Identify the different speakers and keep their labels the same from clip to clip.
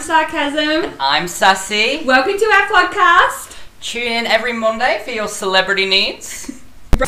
Speaker 1: Sarcasm.
Speaker 2: I'm Sassy.
Speaker 1: Welcome to our podcast.
Speaker 2: Tune in every Monday for your celebrity needs.
Speaker 1: Good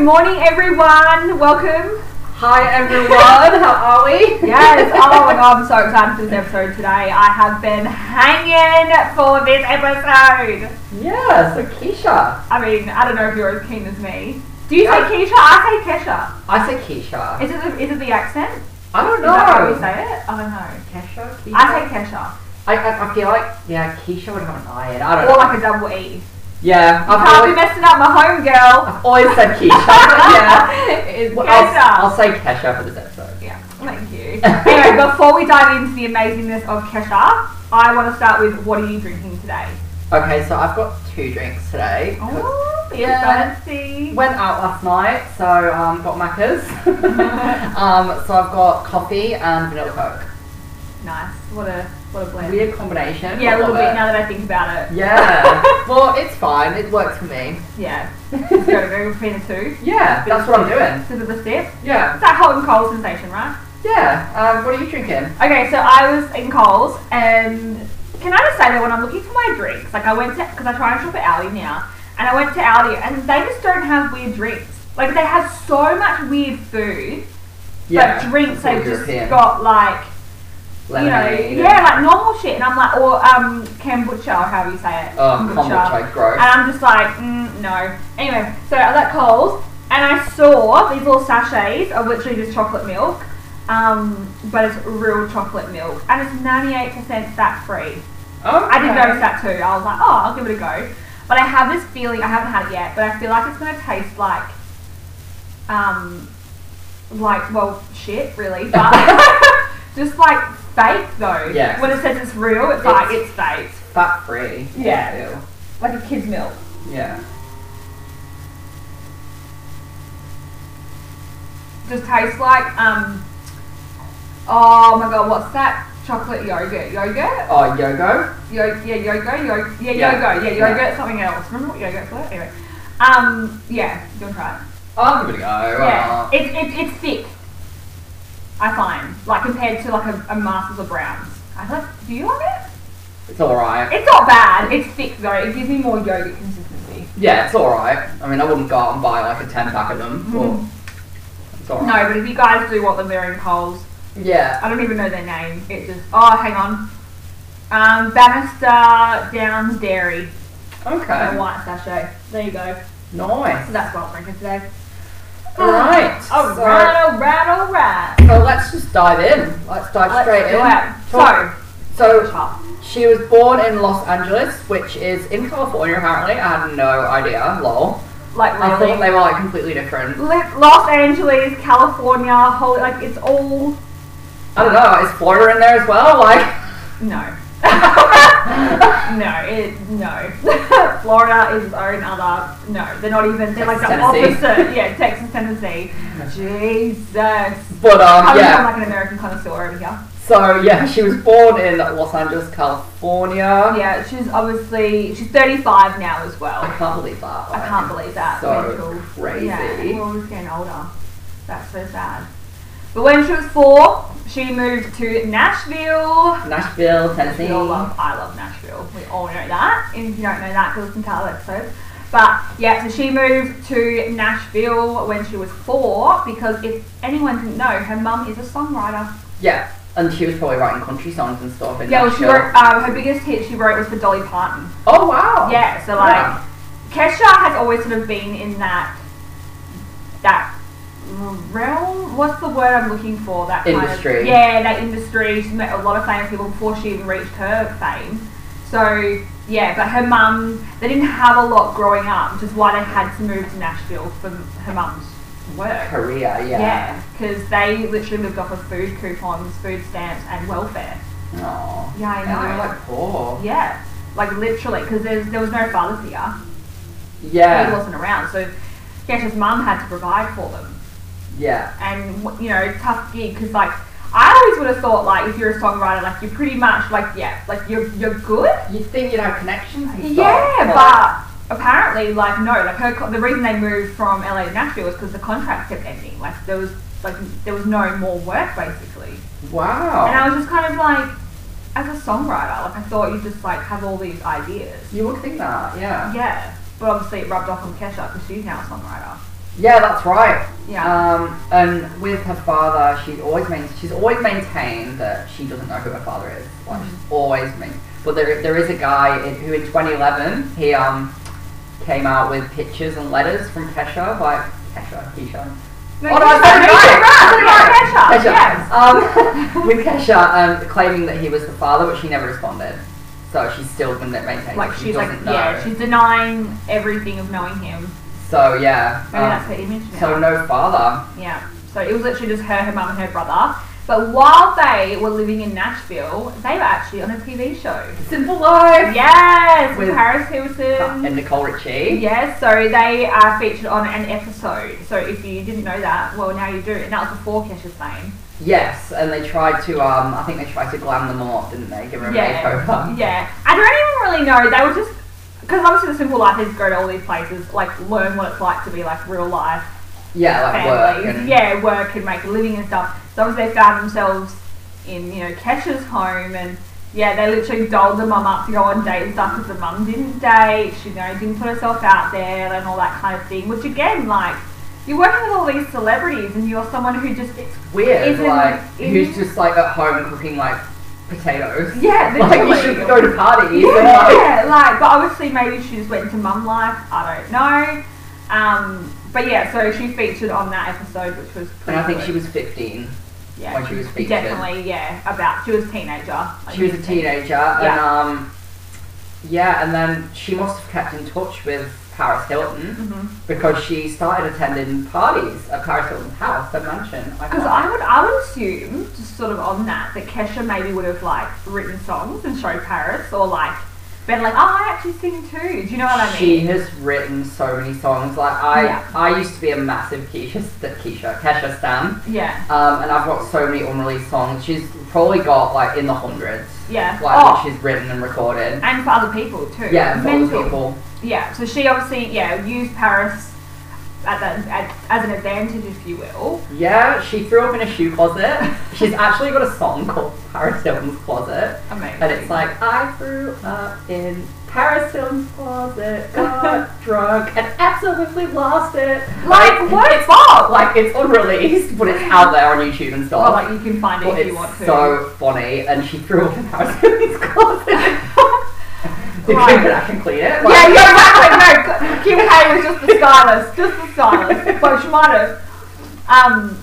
Speaker 1: morning, everyone. Welcome.
Speaker 3: Hi everyone, how are we?
Speaker 1: Yes. Oh my god, I'm so excited for this episode today. I have been hanging for this episode.
Speaker 3: Yeah, so Keisha.
Speaker 1: I mean, I don't know if you're as keen as me. Do you
Speaker 3: Yeah.
Speaker 1: say Keisha? I say Kesha.
Speaker 3: I say Keisha.
Speaker 1: Is it the, is it the accent?
Speaker 3: I don't
Speaker 1: Is
Speaker 3: know.
Speaker 1: that how we say it? I don't know.
Speaker 3: Kesha, Keisha.
Speaker 1: I say Kesha.
Speaker 3: I, I, I feel like yeah, Keisha would have an I in. it. I don't
Speaker 1: Or
Speaker 3: know.
Speaker 1: like a double E.
Speaker 3: yeah,
Speaker 1: I
Speaker 3: I've
Speaker 1: can't be
Speaker 3: always,
Speaker 1: messing up my home girl.
Speaker 3: I've always said Keisha. but yeah.
Speaker 1: it's
Speaker 3: Well,
Speaker 1: Kesha.
Speaker 3: I'll, I'll say Kesha for this episode.
Speaker 1: Yeah, thank you. anyway, before we dive into the amazingness of Kesha, I want to start with what are you drinking today?
Speaker 3: Okay, so I've got two drinks today. 'cause
Speaker 1: Oh,
Speaker 3: Yeah.
Speaker 1: fancy.
Speaker 3: Went out last night, so um, got macca's. um, so I've got coffee and vanilla coke.
Speaker 1: Nice. What a what a blend.
Speaker 3: Weird combination.
Speaker 1: Yeah,
Speaker 3: I
Speaker 1: a little
Speaker 3: love
Speaker 1: bit
Speaker 3: it.
Speaker 1: now that I think about it.
Speaker 3: Yeah. well, it's fine. It works for me.
Speaker 1: Yeah. It's got to go between the two.
Speaker 3: Yeah, that's what I'm doing.
Speaker 1: Sip of the sip.
Speaker 3: Yeah.
Speaker 1: It's that hot and cold sensation, right?
Speaker 3: Yeah. Um, what are you drinking?
Speaker 1: Okay, so I was in Coles, and can I just say that when I'm looking for my drinks, like I went to, because I try and shop at Aldi now, and I went to Aldi, and they just don't have weird drinks. Like they have so much weird food, but drinks
Speaker 3: all
Speaker 1: they've just
Speaker 3: European.
Speaker 1: got like
Speaker 3: Lemonade.
Speaker 1: you know, yeah, like normal shit, and I'm like, or um, kombucha, or however you say it,
Speaker 3: Oh, kombucha, gross.
Speaker 1: and I'm just like, mm, no. Anyway, so I was at Coles and I saw these little sachets of literally just chocolate milk, um, but it's real chocolate milk and it's 98% fat free.
Speaker 3: Oh,
Speaker 1: I did
Speaker 3: okay.
Speaker 1: notice that too. I was like, oh, I'll give it a go. But I have this feeling, I haven't had it yet, but I feel like it's going to taste like, um, like, well, shit, really. But just like fake though.
Speaker 3: Yeah.
Speaker 1: When it says it's real, it's, like,
Speaker 3: It's-
Speaker 1: it's fake.
Speaker 3: Fat free.
Speaker 1: Yeah. Like a kid's milk.
Speaker 3: Yeah.
Speaker 1: just tastes like um oh my god what's that chocolate yogurt yogurt
Speaker 3: Oh, Yogo.
Speaker 1: Yo- yeah yogurt yogurt yeah,
Speaker 3: Yeah.
Speaker 1: yogurt yeah
Speaker 3: Yeah.
Speaker 1: yogurt something else remember what yogurt was anyway um yeah you want to try it
Speaker 3: I'll give it a go. uh,
Speaker 1: yeah it, it, it's thick I find like compared to like a, a Masters of Browns I like do you like it
Speaker 3: It's alright.
Speaker 1: it's not bad it's thick though it gives me more yogurt consistency
Speaker 3: Yeah, it's alright. I mean, I wouldn't go out and buy like a 10 pack of
Speaker 1: Mm-hmm.
Speaker 3: them. Or, it's alright.
Speaker 1: no but if you guys do want them they're in Coles
Speaker 3: Yeah.
Speaker 1: I don't even know their name. It just oh, hang on. Um, Bannister Downs Dairy, a
Speaker 3: Okay.
Speaker 1: white sachet. There you go.
Speaker 3: Nice.
Speaker 1: So that's what I'm drinking today. Oh,
Speaker 3: Alright.
Speaker 1: All
Speaker 3: so,
Speaker 1: right, all right, all right.
Speaker 3: so let's just dive in. Let's dive
Speaker 1: Let's
Speaker 3: straight
Speaker 1: do
Speaker 3: in.
Speaker 1: it.
Speaker 3: Talk- So,
Speaker 1: So, chop.
Speaker 3: She was born in Los Angeles, which is in California apparently. I had no idea. Lol.
Speaker 1: like
Speaker 3: I
Speaker 1: really,
Speaker 3: thought they were like completely different.
Speaker 1: Li- Los Angeles, California, holy, like it's all
Speaker 3: I don't know. Is Florida in there as well? Like,
Speaker 1: no. no, it no. Florida is its own other. No, they're not even. They're like the
Speaker 3: Texas,
Speaker 1: opposite. Yeah, Texas, Tennessee. Jesus.
Speaker 3: but um,
Speaker 1: Coming
Speaker 3: yeah.
Speaker 1: from like an American connoisseur over here.
Speaker 3: So yeah, she was born in Los Angeles, California.
Speaker 1: Um, Yeah, she's obviously she's 35 now as
Speaker 3: I
Speaker 1: well.
Speaker 3: can't believe that.
Speaker 1: I can't believe that.
Speaker 3: So
Speaker 1: Rachel.
Speaker 3: crazy.
Speaker 1: Yeah, we're always getting older. That's so sad. But when she was four, she moved to Nashville.
Speaker 3: Nashville, Tennessee.
Speaker 1: We all love, I love Nashville. We all know that. And if you don't know that, go listen to our episode. But yeah, so she moved to Nashville when she was four because if anyone didn't know, her mum is a songwriter.
Speaker 3: Yeah, and she was probably writing country songs and stuff in
Speaker 1: Yeah, well, she
Speaker 3: Nashville.
Speaker 1: wrote um, her biggest hit. She wrote was for Dolly Parton.
Speaker 3: oh wow.
Speaker 1: Yeah, so like
Speaker 3: Yeah.
Speaker 1: Kesha has always sort of been in that that realm. What's the word I'm looking for? That Kind of,
Speaker 3: Industry.
Speaker 1: yeah, that industry. She's met a lot of famous people before she even reached her fame. So yeah, but her mum, they didn't have a lot growing up, which is why they had to move to Nashville for her mum's work.
Speaker 3: Korea. Yeah.
Speaker 1: Yeah, because they literally lived off of food coupons, food stamps, and welfare.
Speaker 3: Aw.
Speaker 1: Yeah, I
Speaker 3: And they were
Speaker 1: know.
Speaker 3: like "Oh." poor.
Speaker 1: Yeah, like literally, because there was no father figure. he
Speaker 3: Yeah.
Speaker 1: wasn't around. So Kesha's mum had to provide for them,
Speaker 3: Yeah.
Speaker 1: and you know, tough gig because like I always would have thought like if you're a songwriter, like you're pretty much like yeah, like you're you're good.
Speaker 3: You'd think you'd have connections and
Speaker 1: Yeah,
Speaker 3: stuff.
Speaker 1: but apparently like no, like her co- the reason they moved from LA to Nashville was because the contract kept ending. Like there was like there was no more work basically. And
Speaker 3: Wow.
Speaker 1: I was just kind of like, as a songwriter, like I thought you just like have all these ideas.
Speaker 3: You would think that, yeah.
Speaker 1: Yeah, but obviously it rubbed off on Kesha because she's now a songwriter.
Speaker 3: Yeah, that's right.
Speaker 1: Yeah,
Speaker 3: Um, and with her father, she's always main- she's always maintained that she doesn't know who her father is. Like she's always main. But there there is a guy in, who in 2011 he um came out with pictures and letters from Kesha, like Kesha, Kesha.
Speaker 1: No,
Speaker 3: oh no,
Speaker 1: you
Speaker 3: I
Speaker 1: said
Speaker 3: said a guy.
Speaker 1: Kesha, I said a guy, Kesha,
Speaker 3: Kesha.
Speaker 1: yes.
Speaker 3: Um, with Kesha um, claiming that he was the father, but she never responded. So she's still been maintained.
Speaker 1: like
Speaker 3: she
Speaker 1: she's like
Speaker 3: doesn't know.
Speaker 1: yeah, she's denying everything of knowing him.
Speaker 3: so yeah.
Speaker 1: Maybe that's
Speaker 3: Um,
Speaker 1: her image now.
Speaker 3: so no father.
Speaker 1: Yeah. So it was literally just her, her mum, and her brother. But while they were living in Nashville, they were actually on a TV show.
Speaker 3: Simple life.
Speaker 1: Yes, with
Speaker 3: With-
Speaker 1: Paris Hilton.
Speaker 3: And Nicole Richie.
Speaker 1: Yes, so they are featured on an episode. So if you didn't know that, well now you do. And that was before Kesha's fame.
Speaker 3: Yes, and they tried to. Um, I think they tried to glam them up, didn't they? Give her a
Speaker 1: Yeah,
Speaker 3: makeover.
Speaker 1: yeah. I don't even really know. They were just because obviously the simple life is go to all these places, like learn what it's like to be like real life
Speaker 3: Yeah, like
Speaker 1: families.
Speaker 3: work. And,
Speaker 1: Yeah, work and make a living and stuff. So obviously they found themselves in you know Kesha's home and. Yeah, they literally doled the mum up to go on dates and stuff because the mum didn't date. She you know, didn't put herself out there and all that kind of thing. Which again, like, you're working with all these celebrities and you're someone who just it's
Speaker 3: Weird,
Speaker 1: Isn't-
Speaker 3: like
Speaker 1: isn't-
Speaker 3: who's just like at home cooking like potatoes.
Speaker 1: Yeah,
Speaker 3: like you
Speaker 1: literally.
Speaker 3: should go to parties. and, like,
Speaker 1: Yeah, like, but obviously maybe she just went into mum life. I don't know. Um, but yeah, so she featured on that episode, which was
Speaker 3: and
Speaker 1: pretty.
Speaker 3: I think
Speaker 1: good.
Speaker 3: she was 15
Speaker 1: yeah,
Speaker 3: when she was featured.
Speaker 1: definitely yeah about she was a teenager. Like,
Speaker 3: She was a teenager, and
Speaker 1: Yeah.
Speaker 3: um, yeah, and then she must have kept in touch with Paris Hilton
Speaker 1: mm-hmm.
Speaker 3: because she started attending parties at Paris Hilton's house, her mansion. I
Speaker 1: Because
Speaker 3: thought.
Speaker 1: I would I would assume just sort of on that that Kesha maybe would have like written songs and showed Paris or like been like oh I actually sing too. Do you know what I mean?
Speaker 3: She has written so many songs. Like I,
Speaker 1: Yeah.
Speaker 3: I used to be a massive Keisha, st- Keisha, Kesha stan,
Speaker 1: yeah.
Speaker 3: um, and I've got so many unreleased songs. She's probably got like in the hundreds,
Speaker 1: Yeah.
Speaker 3: like
Speaker 1: oh,
Speaker 3: what she's written and recorded.
Speaker 1: and for other people too.
Speaker 3: Yeah, for
Speaker 1: Mental.
Speaker 3: other people.
Speaker 1: Yeah, so she obviously yeah used Paris at that at, as an advantage, if you will.
Speaker 3: Yeah, she threw up in a shoe closet. she's actually got a song called Paris Hilton's Closet,
Speaker 1: Amazing.
Speaker 3: and it's like I threw up in Paris Hilton's closet, got drunk, and absolutely lost it.
Speaker 1: like what Bob? Like
Speaker 3: Like it's unreleased, but it's out there on YouTube and stuff.
Speaker 1: oh, like you can find it
Speaker 3: Well,
Speaker 1: if
Speaker 3: it's
Speaker 1: you want to.
Speaker 3: so funny, and she threw up in Harris Cooney's closet. Did
Speaker 1: Right.
Speaker 3: Kim actually clean it?
Speaker 1: yeah, yeah, exactly. No, Kim K was just the stylist, just the stylist. But she might have. Um,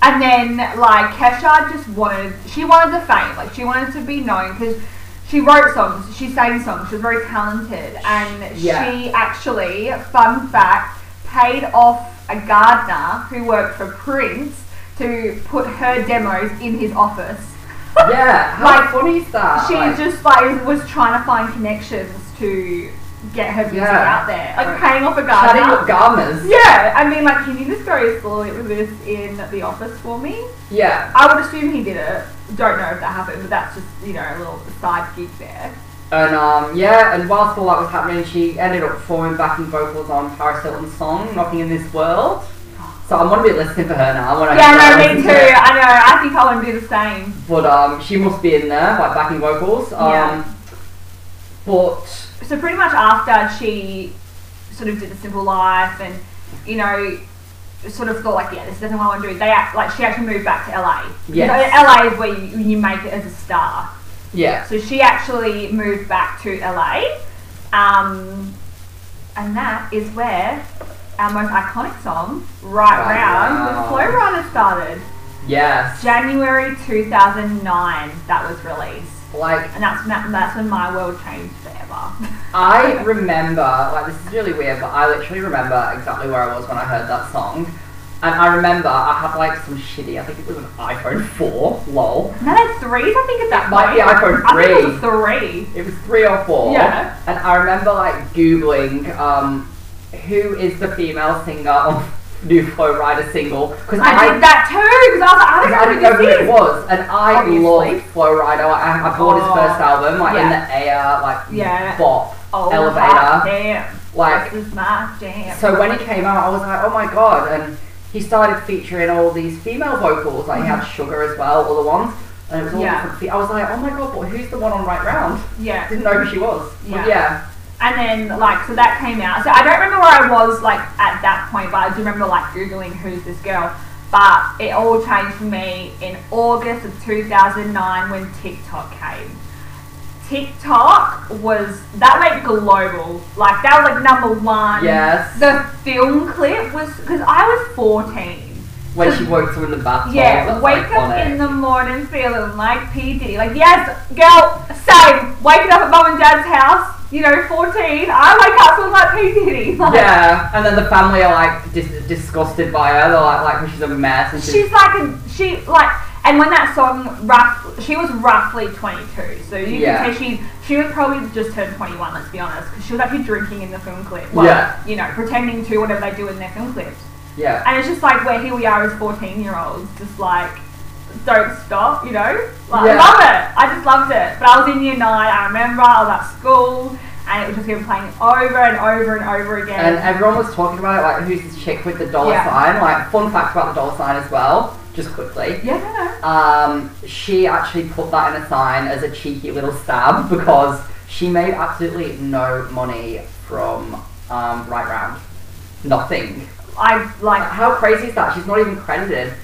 Speaker 1: and then like Kesha just wanted, she wanted the fame, like she wanted to be known because she wrote songs, she sang songs, she was very talented, and
Speaker 3: Yeah.
Speaker 1: she actually, fun fact, paid off a gardener who worked for Prince to put her demos in his office.
Speaker 3: yeah. yeah. How
Speaker 1: Like,
Speaker 3: funny is that?
Speaker 1: She
Speaker 3: Like,
Speaker 1: just like was trying to find connections to get her music
Speaker 3: Yeah.
Speaker 1: out there, like
Speaker 3: Right.
Speaker 1: paying off a
Speaker 3: chatting
Speaker 1: gardener.
Speaker 3: with gardeners.
Speaker 1: Yeah, I mean, like, can you just go to school with this in the office for me?
Speaker 3: Yeah.
Speaker 1: I would assume he did it. Don't know if that happened, but that's just you know a little side gig there.
Speaker 3: And um, yeah, and whilst all that was happening, she ended up performing backing vocals on Paris Hilton's song "Nothing in This World." So I'm gonna be listening for her now. When I
Speaker 1: yeah,
Speaker 3: when I
Speaker 1: no, me
Speaker 3: listen
Speaker 1: too.
Speaker 3: to it.
Speaker 1: I know. I think I would do the same.
Speaker 3: But um, she must be in there, like backing vocals. Um,
Speaker 1: Yeah.
Speaker 3: But
Speaker 1: So pretty much after she sort of did the simple life and you know sort of thought like yeah this is definitely what I want to do. They act like she actually moved back to LA.
Speaker 3: Yes.
Speaker 1: So LA is where you, you make it as a star.
Speaker 3: yeah,
Speaker 1: So she actually moved back to LA, um, and that is where our most iconic song, Right
Speaker 3: Right
Speaker 1: Round,
Speaker 3: Round.
Speaker 1: with Flow Rider started.
Speaker 3: yes,
Speaker 1: January 2009 that was released,
Speaker 3: like
Speaker 1: and that's when, that's when my world changed forever.
Speaker 3: I remember, like, this is really weird, but I literally remember exactly where I was when I heard that song. And I remember I had, like, some shitty, I think it was an iPhone 4, lol.
Speaker 1: No, that's threes, I think, at that
Speaker 3: Might be
Speaker 1: point.
Speaker 3: iPhone
Speaker 1: I think it was a three.
Speaker 3: It was 3 or 4.
Speaker 1: Yeah.
Speaker 3: And I remember, like, Googling, um, who is the female singer of New Flow Rider single? Because
Speaker 1: I, did that too, because I was like, I
Speaker 3: 'cause I
Speaker 1: don't
Speaker 3: didn't
Speaker 1: know
Speaker 3: know
Speaker 1: who
Speaker 3: who
Speaker 1: this
Speaker 3: it
Speaker 1: is.
Speaker 3: was, and I
Speaker 1: Obviously.
Speaker 3: loved Flow Rider. Like, I, I bought his
Speaker 1: Oh.
Speaker 3: first album, like in
Speaker 1: Yeah.
Speaker 3: the air, like
Speaker 1: Yeah.
Speaker 3: bop,
Speaker 1: Oh,
Speaker 3: Elevator.
Speaker 1: hot damn.
Speaker 3: like
Speaker 1: This is my jam.
Speaker 3: So when it came out, I was like, oh my god, and he started featuring all these female vocals. Like he had Sugar as well, other ones. And it was all
Speaker 1: Mm-hmm. Yeah.
Speaker 3: different fe- I was like, oh my god, but who's the one on Right Round? I
Speaker 1: Yeah.
Speaker 3: didn't know who she was.
Speaker 1: Yeah.
Speaker 3: But yeah.
Speaker 1: And then like so that came out. So I don't remember where I was like at that point, but I do remember like googling who's this girl. But it all changed for me in August of 2009 when TikTok came. TikTok was that went global. Like that was like number one.
Speaker 3: Yes.
Speaker 1: The film clip was because I was 14.
Speaker 3: When she woke up in the bathtub.
Speaker 1: Yeah,
Speaker 3: that's
Speaker 1: wake up
Speaker 3: iconic.
Speaker 1: in the morning feeling like P. Diddy. Like, yes, girl, same. Waking up at mum and dad's house, you know, 14, I wake up feeling like P. Diddy. Like,
Speaker 3: Yeah, and then the family are like dis- disgusted by her. They're like, like she's a mess, and she's,
Speaker 1: She's like, a, she, like, and when that song, rough, she was roughly 22. So you
Speaker 3: Yeah.
Speaker 1: can say she, she was probably just turned 21, let's be honest, because she was actually drinking in the film clip. Well,
Speaker 3: Yeah.
Speaker 1: You know, pretending to whatever they do in their film clips.
Speaker 3: yeah,
Speaker 1: And it's just like where here we are as 14 year olds, just like, don't stop, you know? Like, I
Speaker 3: Yeah.
Speaker 1: love it. I just loved it. But I was in year nine, I remember I was at school and it was just been playing over and over and over
Speaker 3: and
Speaker 1: again.
Speaker 3: everyone was talking about it. Like, who's this chick with the dollar
Speaker 1: Yeah.
Speaker 3: sign? Like, fun fact about the dollar sign as well, just quickly.
Speaker 1: yeah, no, no.
Speaker 3: Um, she actually put that in a sign as a cheeky little stab because she made absolutely no money from um, right round, nothing.
Speaker 1: I like,
Speaker 3: Like, how crazy is that? She's not even credited.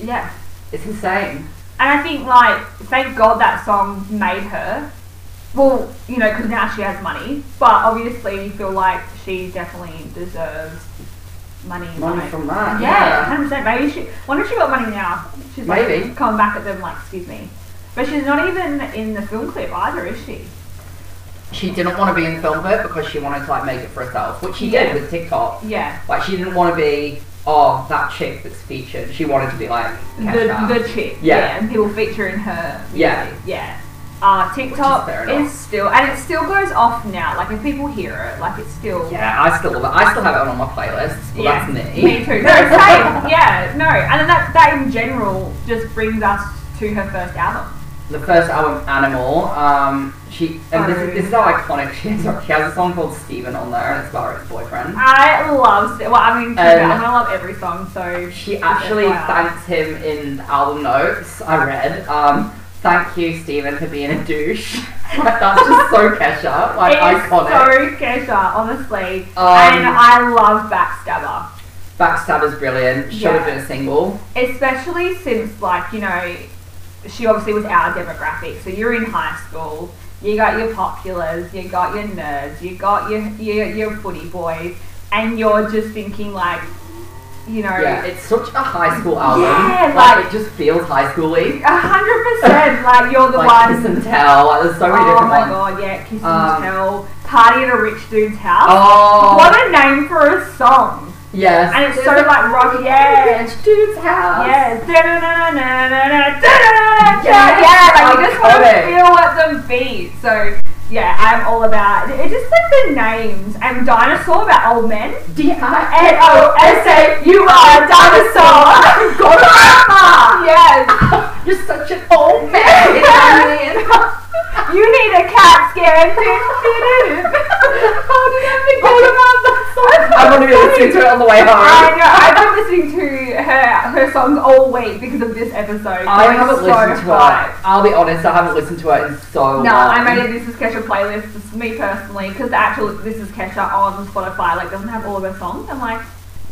Speaker 1: yeah.
Speaker 3: It's insane.
Speaker 1: And I think like, thank God that song made her. Well, you know, because now she has money, but obviously you feel like she definitely deserves money.
Speaker 3: Money
Speaker 1: like-
Speaker 3: from that.
Speaker 1: Yeah, hundred percent. Maybe she. Wonder if she got money now. She's like,
Speaker 3: Maybe.
Speaker 1: come back at them like, excuse me. But she's not even in the film clip either, is she?
Speaker 3: she didn't want to be in film clip because she wanted to like make it for herself, which she
Speaker 1: Yeah.
Speaker 3: did with TikTok.
Speaker 1: Yeah,
Speaker 3: Like she didn't want to be oh that chick that's featured. She wanted to be like Kesha.
Speaker 1: the the chick.
Speaker 3: Yeah.
Speaker 1: and people featuring her.
Speaker 3: Yeah.
Speaker 1: music, yeah. Uh, TikTok
Speaker 3: fair enough.
Speaker 1: is still, and it still goes off now. Like if people hear it, like it's still.
Speaker 3: yeah, I still love it. I still have it on all my playlists. Well,
Speaker 1: Yeah.
Speaker 3: that's me.
Speaker 1: Me too. No, same. Yeah, no, and then that that in general just brings us to her first album.
Speaker 3: the first album, Animal. Um, she and this,
Speaker 1: Sorry.
Speaker 3: is- this is how iconic she is. She has a song called Steven on there, and it's about her ex-boyfriend.
Speaker 1: I love. Well, I mean,
Speaker 3: Um,
Speaker 1: I'm gonna love every song. So
Speaker 3: She actually
Speaker 1: Wow.
Speaker 3: thanked him in the album notes I read. Um, thank you, Steven, for being a douche. like, that's just so Kesha. Like,
Speaker 1: It's
Speaker 3: iconic.
Speaker 1: so Kesha, honestly.
Speaker 3: Um,
Speaker 1: and I love Backstabber.
Speaker 3: Backstab is brilliant. Should
Speaker 1: Yeah.
Speaker 3: have been a single.
Speaker 1: Especially since, like, you know, she obviously was our demographic. So you're in high school, you got your populars, you got your nerds, you got your, your, your footy boys, and you're just thinking, like, you know,
Speaker 3: Yeah, it's such a high school album.
Speaker 1: Yeah,
Speaker 3: like,
Speaker 1: like-
Speaker 3: it just feels high schooly.
Speaker 1: a 100% like you're the
Speaker 3: like
Speaker 1: one.
Speaker 3: kiss and tell. Like, there's so many
Speaker 1: oh
Speaker 3: different
Speaker 1: my
Speaker 3: ones.
Speaker 1: god, yeah, kiss
Speaker 3: Um,
Speaker 1: and tell, party at a rich dude's house.
Speaker 3: Oh,
Speaker 1: What a name for a song!
Speaker 3: yes.
Speaker 1: And it's so like rock, yeah.
Speaker 3: Rich dude's house.
Speaker 1: Yes. Yeah, like you just want to
Speaker 3: Iconic.
Speaker 1: feel at the beat. So yeah, I'm all about it. Just like the names. I'm dinosaur about old men. N O S A. You are a dinosaur.
Speaker 3: D-I-N-O-S-A.
Speaker 1: yes.
Speaker 3: You're such an old man.
Speaker 1: You need a cat scan. How did I forget about that song?
Speaker 3: I'm gonna be listening to it on the way
Speaker 1: I
Speaker 3: home.
Speaker 1: know. I've been listening to her her songs all week because of this episode.
Speaker 3: I
Speaker 1: I'm
Speaker 3: haven't
Speaker 1: so
Speaker 3: listened to
Speaker 1: hyped.
Speaker 3: it. I'll be honest, I haven't listened to it in so long.
Speaker 1: No, I made a This Is Kesha playlist, just me personally, because the actual This Is Kesha on Spotify like doesn't have all of her songs. I'm like,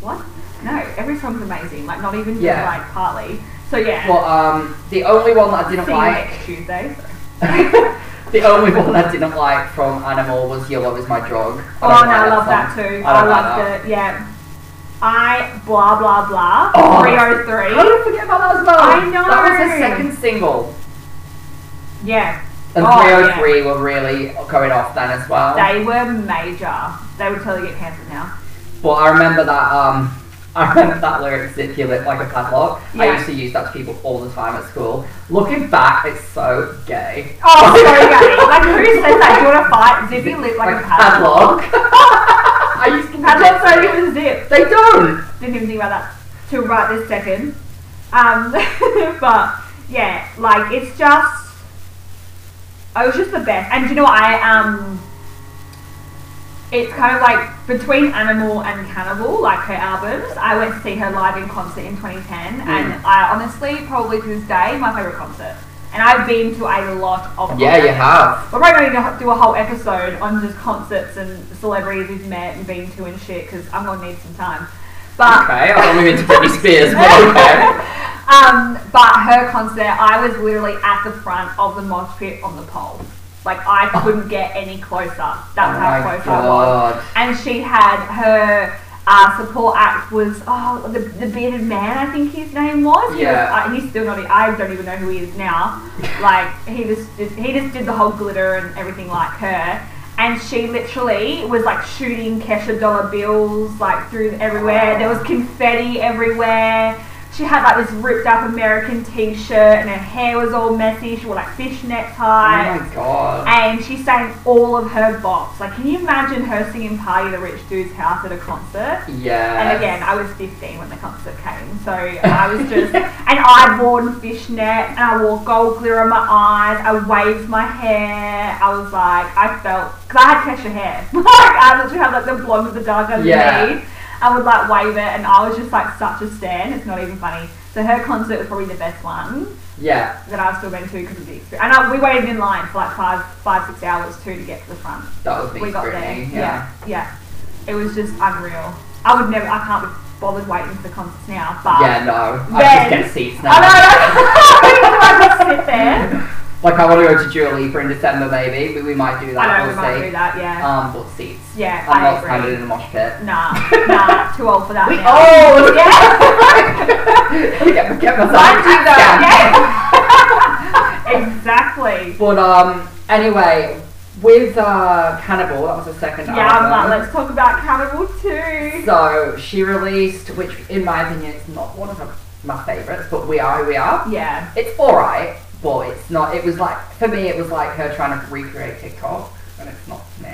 Speaker 1: what? No, every song's amazing. Like not even
Speaker 3: Yeah.
Speaker 1: just like partly. So yeah,
Speaker 3: But um, the only one that I didn't
Speaker 1: see you
Speaker 3: like
Speaker 1: next Tuesday.
Speaker 3: The only one I didn't like from Animal was Your Love Is My Drug.
Speaker 1: Oh, no, I love that too. I, loved it. Yeah. I blah blah blah.
Speaker 3: Oh.
Speaker 1: Three oh
Speaker 3: How
Speaker 1: three.
Speaker 3: did I forget about that as well?
Speaker 1: I know.
Speaker 3: That was her second single.
Speaker 1: Yeah,
Speaker 3: And
Speaker 1: Oh,
Speaker 3: 303 were really going off then as well.
Speaker 1: they were major. They would totally get cancelled now.
Speaker 3: But I remember that, um, I remember that lyric, zip your lip like a padlock.
Speaker 1: Yeah.
Speaker 3: I used to use that to people all the time at school. Looking back, it's so gay.
Speaker 1: Oh, so gay. Like who says that? Do you want to fight? Zippy lip like, um, a padlock.
Speaker 3: I used to
Speaker 1: Padlocks don't even zip.
Speaker 3: They don't!
Speaker 1: Didn't even think about that till right this second. Um, but yeah, like it's just, I was just the best. And do you know what I um, it's kind of like between Animal and Cannibal, like her albums. I went to see her live in concert in 2010,
Speaker 3: Hmm.
Speaker 1: and I honestly, probably to this day, my favorite concert. And I've been to a lot of
Speaker 3: Yeah, you
Speaker 1: concerts.
Speaker 3: have.
Speaker 1: We're probably going to do a whole episode on just concerts and celebrities we've met and been to and shit because I'm going to need some time. But
Speaker 3: Okay, I'm only into Britney Spears, but okay.
Speaker 1: um, but her concert, I was literally at the front of the mosh pit on the pole. Like I couldn't get any closer. That's how
Speaker 3: Oh my
Speaker 1: close I was.
Speaker 3: God.
Speaker 1: And she had her uh, support act was oh the, the bearded man I think his name was. He was-
Speaker 3: Yeah.
Speaker 1: uh, he's still not. I don't even know who he is now. Like he just did, he just did the whole glitter and everything like her. And she literally was like shooting Kesha dollar bills like through everywhere. There was confetti everywhere. She had like this ripped up American T-shirt, and her hair was all messy. She wore like fishnet ties
Speaker 3: Oh my god.
Speaker 1: and she sang all of her bops. Like, can you imagine her singing "Party at a Rich Dude's House" at a concert?
Speaker 3: Yeah.
Speaker 1: And again, I was 15 when the concert came, so I was just, and I wore fishnet, and I wore gold glitter on my eyes, I waved my hair, I was like, I felt, because I had Kesha hair, like, I literally had like the blonde with the dark underneath,
Speaker 3: Yeah.
Speaker 1: I would like wave it, and I was just like such a stan, it's not even funny. So her concert was probably the best one
Speaker 3: Yeah,
Speaker 1: that I've still been to because of the experience. And I, we waited in line for like five, five, six hours too to get to the front.
Speaker 3: that was me.
Speaker 1: we got
Speaker 3: Britney,
Speaker 1: there.
Speaker 3: Yeah.
Speaker 1: yeah, It was just unreal. I would never. I can't be bothered waiting for the concerts now. But
Speaker 3: Yeah, no. I
Speaker 1: Ah. Then-
Speaker 3: just get seats now.
Speaker 1: I know. I just sit there.
Speaker 3: Like I want to go to Dua Lipa in December, maybe. We, we might do that.
Speaker 1: I know
Speaker 3: we'll
Speaker 1: we might
Speaker 3: see.
Speaker 1: do that. Yeah.
Speaker 3: Um, but seats.
Speaker 1: yeah,
Speaker 3: I'm
Speaker 1: I
Speaker 3: not
Speaker 1: agree.
Speaker 3: standing in a mosh pit.
Speaker 1: Nah, nah, too old for that.
Speaker 3: We
Speaker 1: now.
Speaker 3: old!
Speaker 1: Yeah.
Speaker 3: get, get myself
Speaker 1: Don't do
Speaker 3: scammed.
Speaker 1: that. Yeah. exactly.
Speaker 3: But um, anyway, with uh, Cannibal, that was the second
Speaker 1: Yeah,
Speaker 3: album.
Speaker 1: I'm like, let's talk about Cannibal too.
Speaker 3: So she released, which in my opinion is not one of her, my favourites, but We Are Who We Are.
Speaker 1: Yeah.
Speaker 3: It's alright, but it's not, it was like, for me it was like her trying to recreate TikTok, and it's not me.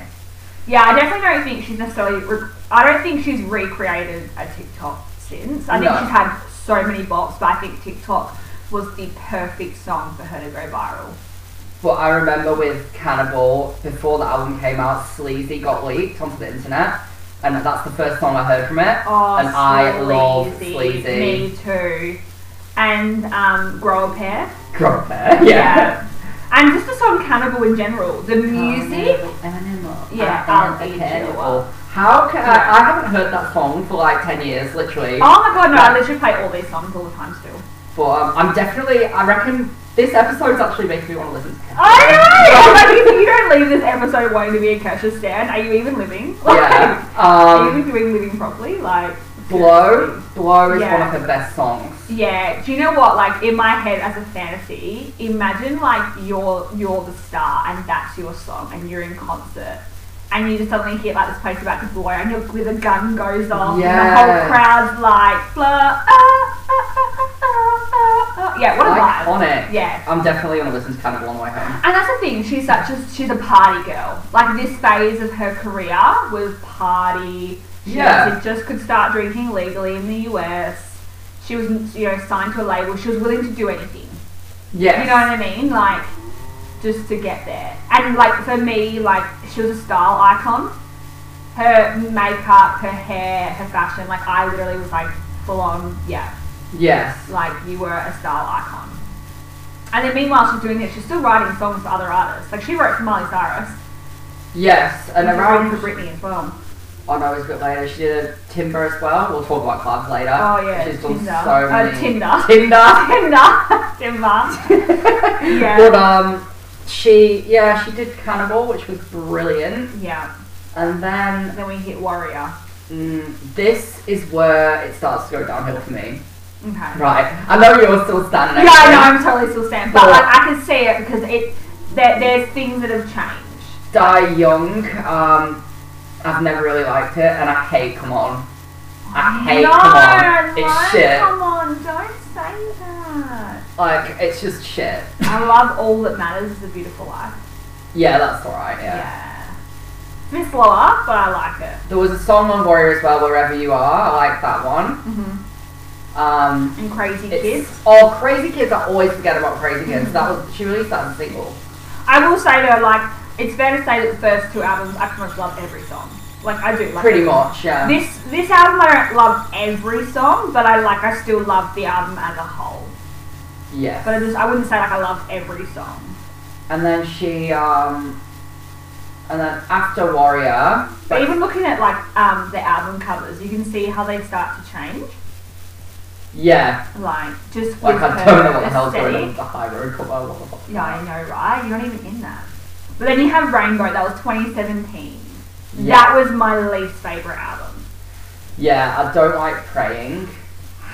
Speaker 1: Yeah, I definitely don't think she's necessarily. Re- I don't think she's recreated a TikTok since. I think
Speaker 3: No.
Speaker 1: she's had so many bops, but I think TikTok was the perfect song for her to go viral.
Speaker 3: But I remember with Cannibal, before the album came out, Sleazy got leaked onto the internet, and that's the first song I heard from it.
Speaker 1: Oh,
Speaker 3: and I love
Speaker 1: sleazy.
Speaker 3: Sleazy.
Speaker 1: Me too. And um, grow a pair.
Speaker 3: Grump there, yeah.
Speaker 1: And just the song Cannibal in general. The music.
Speaker 3: Animal.
Speaker 1: Yeah,
Speaker 3: Animal,
Speaker 1: I'll eat
Speaker 3: animal.
Speaker 1: you up.
Speaker 3: How can I, I haven't heard that song for like 10 years, literally.
Speaker 1: Oh my god, no, I literally play all these songs all the time still.
Speaker 3: But um, I'm definitely, I reckon this episode's actually making me want to listen to it.
Speaker 1: I know! like, if you don't leave this episode wanting to be a Kesha stan, are you even living? Like,
Speaker 3: Yeah.
Speaker 1: Are Oh, you
Speaker 3: Um,
Speaker 1: even doing living properly? Like,
Speaker 3: Blow. Blow is
Speaker 1: Yeah.
Speaker 3: one of her best songs.
Speaker 1: yeah. Do you know what? Like in my head, as a fantasy, imagine like you're you're the star and that's your song, and you're in concert, and you just suddenly hear like this place about to blow, and your glitter gun goes off, and the
Speaker 3: Yeah.
Speaker 1: whole crowd's like, blow, ah, ah, ah, ah, ah, ah. yeah, what a vibe.
Speaker 3: Iconic.
Speaker 1: Yeah.
Speaker 3: I'm definitely going to listen to Cannibal on the way home.
Speaker 1: And that's the thing, she's such a she's a party girl. Like this phase of her career was party. She
Speaker 3: Yeah.
Speaker 1: obviously just could start drinking legally in the US. She was you know signed to a label. She was willing to do anything.
Speaker 3: Yeah.
Speaker 1: You know what I mean? Like just to get there. And like for me, like she was a style icon. Her makeup, her hair, her fashion. Like I literally was like full on. Yeah
Speaker 3: Yes.
Speaker 1: like you were a style icon. And then meanwhile she's doing this, she's still writing songs for other artists. Like she wrote for Miley Cyrus.
Speaker 3: Yes. And
Speaker 1: She's writing for
Speaker 3: around,
Speaker 1: Britney as well.
Speaker 3: oh no, it was a bit later. She did a Timber as well. We'll talk about clubs later.
Speaker 1: Oh yeah,
Speaker 3: She's done
Speaker 1: Tinder.
Speaker 3: so
Speaker 1: Uh,
Speaker 3: many.
Speaker 1: Tinder.
Speaker 3: Tinder.
Speaker 1: Tinder. Timber. Yeah.
Speaker 3: But um, she yeah she did Cannibal, which was brilliant.
Speaker 1: Yeah.
Speaker 3: And then
Speaker 1: Then we hit Warrior.
Speaker 3: mm, this is where it starts to go downhill for me.
Speaker 1: Okay.
Speaker 3: Right. I know you're still standing.
Speaker 1: Yeah, I
Speaker 3: actually.
Speaker 1: know, I'm totally still standing. But
Speaker 3: But-
Speaker 1: like, I can see it because it there, there's things that have changed.
Speaker 3: Die Young. Um, I've never really liked it, and I hate Come On. I hate
Speaker 1: no,
Speaker 3: Come On.
Speaker 1: no,
Speaker 3: It's shit.
Speaker 1: Come on, don't say that.
Speaker 3: Like it's just shit.
Speaker 1: I love all that matters is a beautiful life.
Speaker 3: Yeah, that's alright. Yeah.
Speaker 1: Yeah. It's a bit slower, but I like it.
Speaker 3: There was a song on Warrior as well, wherever you are. I like that one.
Speaker 1: Mm-hmm.
Speaker 3: Um,
Speaker 1: And Crazy
Speaker 3: it's,
Speaker 1: Kids.
Speaker 3: Oh, Crazy Kids! I always forget about Crazy Kids. That was she released that as a single.
Speaker 1: I will say though, like, it's fair to say that the first two albums, I pretty much love every song. Like I do. Like
Speaker 3: Pretty much, yeah.
Speaker 1: This this album I don't love every song, but I like I still love the album as a whole.
Speaker 3: yeah.
Speaker 1: But I just I wouldn't say like I love every song.
Speaker 3: And then she, um, and then after Warrior,
Speaker 1: But even looking at like um the album covers, you can see how they start to change.
Speaker 3: yeah,
Speaker 1: Like just with
Speaker 3: like I don't know what the
Speaker 1: her
Speaker 3: hell's going on
Speaker 1: aesthetic.
Speaker 3: with the high road cover. What the fuck?
Speaker 1: Yeah, I know, right? You're not even in that. But then you have Rainbow, that was 2017.
Speaker 3: Yeah.
Speaker 1: That was my least favourite album.
Speaker 3: Yeah, I don't like praying.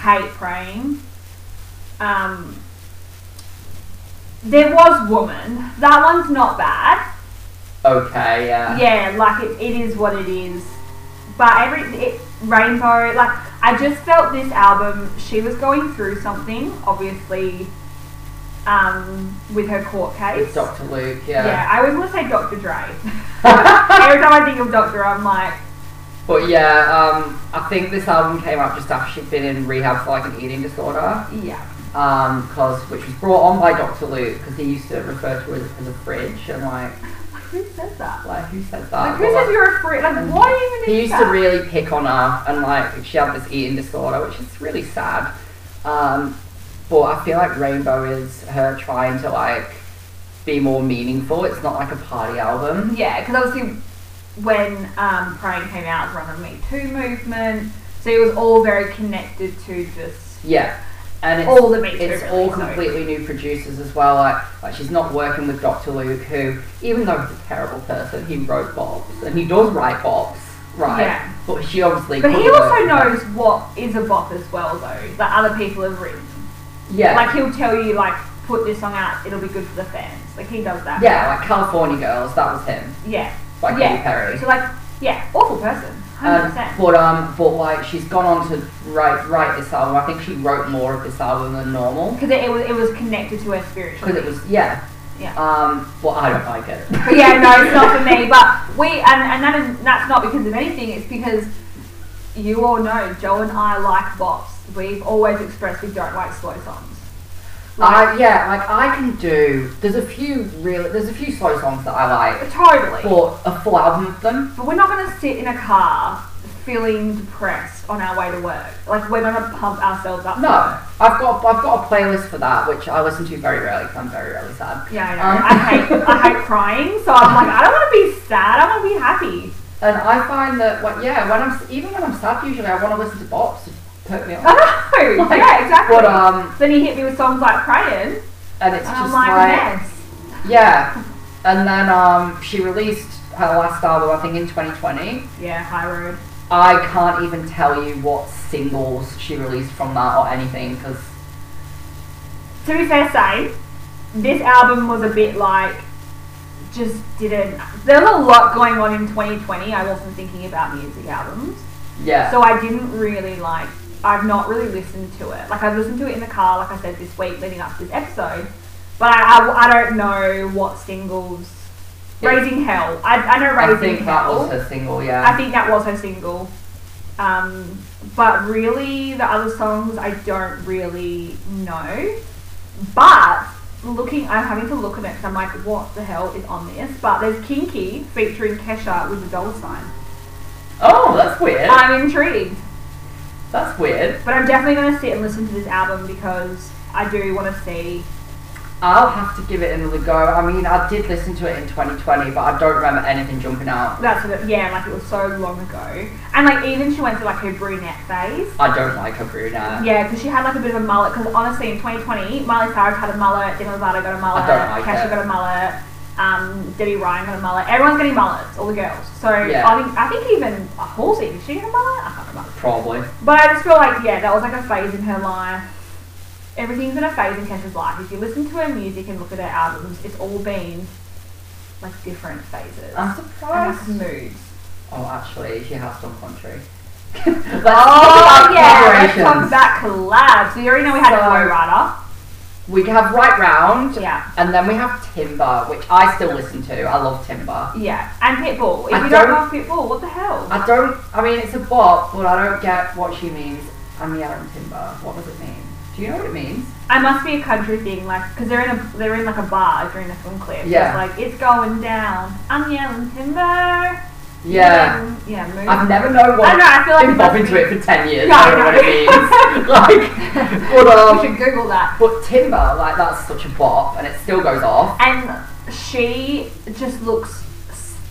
Speaker 1: Hate Praying. Um, there was Woman. That one's not bad.
Speaker 3: Okay, yeah.
Speaker 1: Yeah, like it, it is what it is. But every it, Rainbow, like I just felt this album, she was going through something, obviously, um, with her court
Speaker 3: With
Speaker 1: case.
Speaker 3: Dr. Luke,
Speaker 1: Yeah.
Speaker 3: yeah.
Speaker 1: I always want to say Dr. Dre. Every time I think of Doctor, I'm like,
Speaker 3: But yeah, um, I think this album came out just after she'd been in rehab for like an eating disorder,
Speaker 1: yeah,
Speaker 3: um, cause which was brought on by Dr. Luke because he used to refer to it as a fridge and like,
Speaker 1: who says that?
Speaker 3: like who said that?
Speaker 1: Like,
Speaker 3: But,
Speaker 1: who
Speaker 3: like,
Speaker 1: says you're a freak? Like, why even
Speaker 3: Uh, he
Speaker 1: is
Speaker 3: used
Speaker 1: that?
Speaker 3: to really pick on her and like she had this eating disorder which is really sad um, but i feel like rainbow is her trying to like be more meaningful it's not like a party album
Speaker 1: yeah, because obviously when um, Praying came out, it was around the Me Too movement, so it was all very connected to just
Speaker 3: yeah and it's
Speaker 1: all the Me Too.
Speaker 3: it's
Speaker 1: really,
Speaker 3: all
Speaker 1: so-
Speaker 3: completely new producers as well like, like she's not working with dr luke who even though he's a terrible person he wrote bops and he does write bops right
Speaker 1: Yeah.
Speaker 3: but she obviously
Speaker 1: But he
Speaker 3: couldn't work
Speaker 1: also
Speaker 3: with her.
Speaker 1: knows what is a bop as well, though that other people have written.
Speaker 3: yeah
Speaker 1: Like he'll tell you, like, put this song out, it'll be good for the fans. Like he does that.
Speaker 3: yeah like california girls that was him
Speaker 1: yeah,
Speaker 3: by
Speaker 1: Yeah.
Speaker 3: Katy Perry.
Speaker 1: So like, yeah, awful person, hundred
Speaker 3: Um,
Speaker 1: percent.
Speaker 3: but um, but like she's gone on to write write this album. I think she wrote more of this album than normal
Speaker 1: Because it, it was it was connected to her
Speaker 3: because
Speaker 1: spiritually.
Speaker 3: it was yeah.
Speaker 1: Yeah.
Speaker 3: Um, well, I don't like it.
Speaker 1: But yeah, no, it's not for me. But we and, and that is that's not because of anything. It's because you all know Joe and I like bops. We've always expressed we don't like slow songs. Like,
Speaker 3: I, yeah, like I can do. There's a few really. There's a few slow songs that I like,
Speaker 1: totally.
Speaker 3: but a full album of them.
Speaker 1: But we're not going to sit in a car feeling depressed on our way to work. Like we're going to pump ourselves up.
Speaker 3: No, I've got I've got a playlist for that, which I listen to very rarely because I'm very rarely sad.
Speaker 1: Yeah, I know.
Speaker 3: Um,
Speaker 1: I hate I hate crying. So I'm like, I don't want to be sad. I want to be happy.
Speaker 3: And I find that, when, yeah, when I'm s- even when I'm sad, usually I want to listen to bops to put me
Speaker 1: Oh,
Speaker 3: on.
Speaker 1: I know. yeah, exactly.
Speaker 3: But um,
Speaker 1: Then he hit me with songs like Praying, and
Speaker 3: and it's
Speaker 1: I'm
Speaker 3: just
Speaker 1: like,
Speaker 3: like
Speaker 1: yes.
Speaker 3: Yeah, and then um, she released her last album, I think, in 2020.
Speaker 1: Yeah, High Road.
Speaker 3: I can't even tell you what singles she released from that or anything because
Speaker 1: To be fair, same. This album was a bit like, just didn't. There was a lot going on in 2020. I wasn't thinking about music albums.
Speaker 3: yeah,
Speaker 1: So I didn't really like, I've not really listened to it. Like, I've listened to it in the car, like I said this week leading up to this episode. But I, I, I don't know what singles.
Speaker 3: Yeah.
Speaker 1: Raising Hell. I, I know
Speaker 3: I
Speaker 1: Raising
Speaker 3: think
Speaker 1: Hell.
Speaker 3: that was her single.
Speaker 1: I
Speaker 3: Yeah,
Speaker 1: think that was her single. Um, but really, the other songs I don't really know. But looking, I'm having to look at it 'cause I'm like, what the hell is on this? But there's Kinky featuring Kesha with a dollar sign.
Speaker 3: oh, that's weird.
Speaker 1: I'm intrigued,
Speaker 3: That's weird.
Speaker 1: but I'm definitely going to sit and listen to this album because I do want to see.
Speaker 3: I'll have to give it another go. I mean, I did listen to it in 2020, but I don't remember anything jumping out.
Speaker 1: That's what it, yeah, like it was so long ago, and like even she went through like her brunette phase.
Speaker 3: I don't like her brunette.
Speaker 1: Yeah, because she had like a bit of a mullet. Because honestly, in 2020, Miley Cyrus had a mullet, Demi Lovato got a mullet,
Speaker 3: I don't like
Speaker 1: Kesha
Speaker 3: it.
Speaker 1: got a mullet, um, Debbie Ryan got a mullet. Everyone's getting mullets, all the girls. So
Speaker 3: Yeah.
Speaker 1: I think I think even uh, Halsey did she get a mullet? I can't remember.
Speaker 3: Probably.
Speaker 1: But I just feel like yeah, that was like a phase in her life. Everything's been a phase in Kesha's life. If you listen to her music and look at her albums, it's all been like different phases and
Speaker 3: I'm surprised.
Speaker 1: like, moods.
Speaker 3: Oh, actually, she has done country.
Speaker 1: Oh,
Speaker 3: oh,
Speaker 1: yeah, let's talk about collabs. So you already know we had
Speaker 3: So-
Speaker 1: a low rider.
Speaker 3: We have Right Round,
Speaker 1: Yeah.
Speaker 3: and then we have Timber, which I still listen to. I love Timber.
Speaker 1: Yeah, and Pitbull. If
Speaker 3: I
Speaker 1: you don't
Speaker 3: don't-
Speaker 1: love Pitbull, what the hell?
Speaker 3: I don't, I mean, it's a bop, but I don't get what she means. I'm yelling Timber. What does it mean? Do you know what it means?
Speaker 1: I must be a country thing, like, because they're in a they're in like a bar during the film clip.
Speaker 3: Yeah.
Speaker 1: It's like it's going down. I'm yelling timber.
Speaker 3: Yeah.
Speaker 1: Um, yeah, move.
Speaker 3: I've never known
Speaker 1: I
Speaker 3: what
Speaker 1: don't know, I feel like
Speaker 3: been
Speaker 1: it must
Speaker 3: bobbing
Speaker 1: be-
Speaker 3: to it for ten years.
Speaker 1: Yeah,
Speaker 3: I
Speaker 1: I
Speaker 3: don't know what it means. like, but
Speaker 1: You
Speaker 3: um,
Speaker 1: should Google that.
Speaker 3: but Timber, like that's such a bop, and it still goes off.
Speaker 1: And she just looks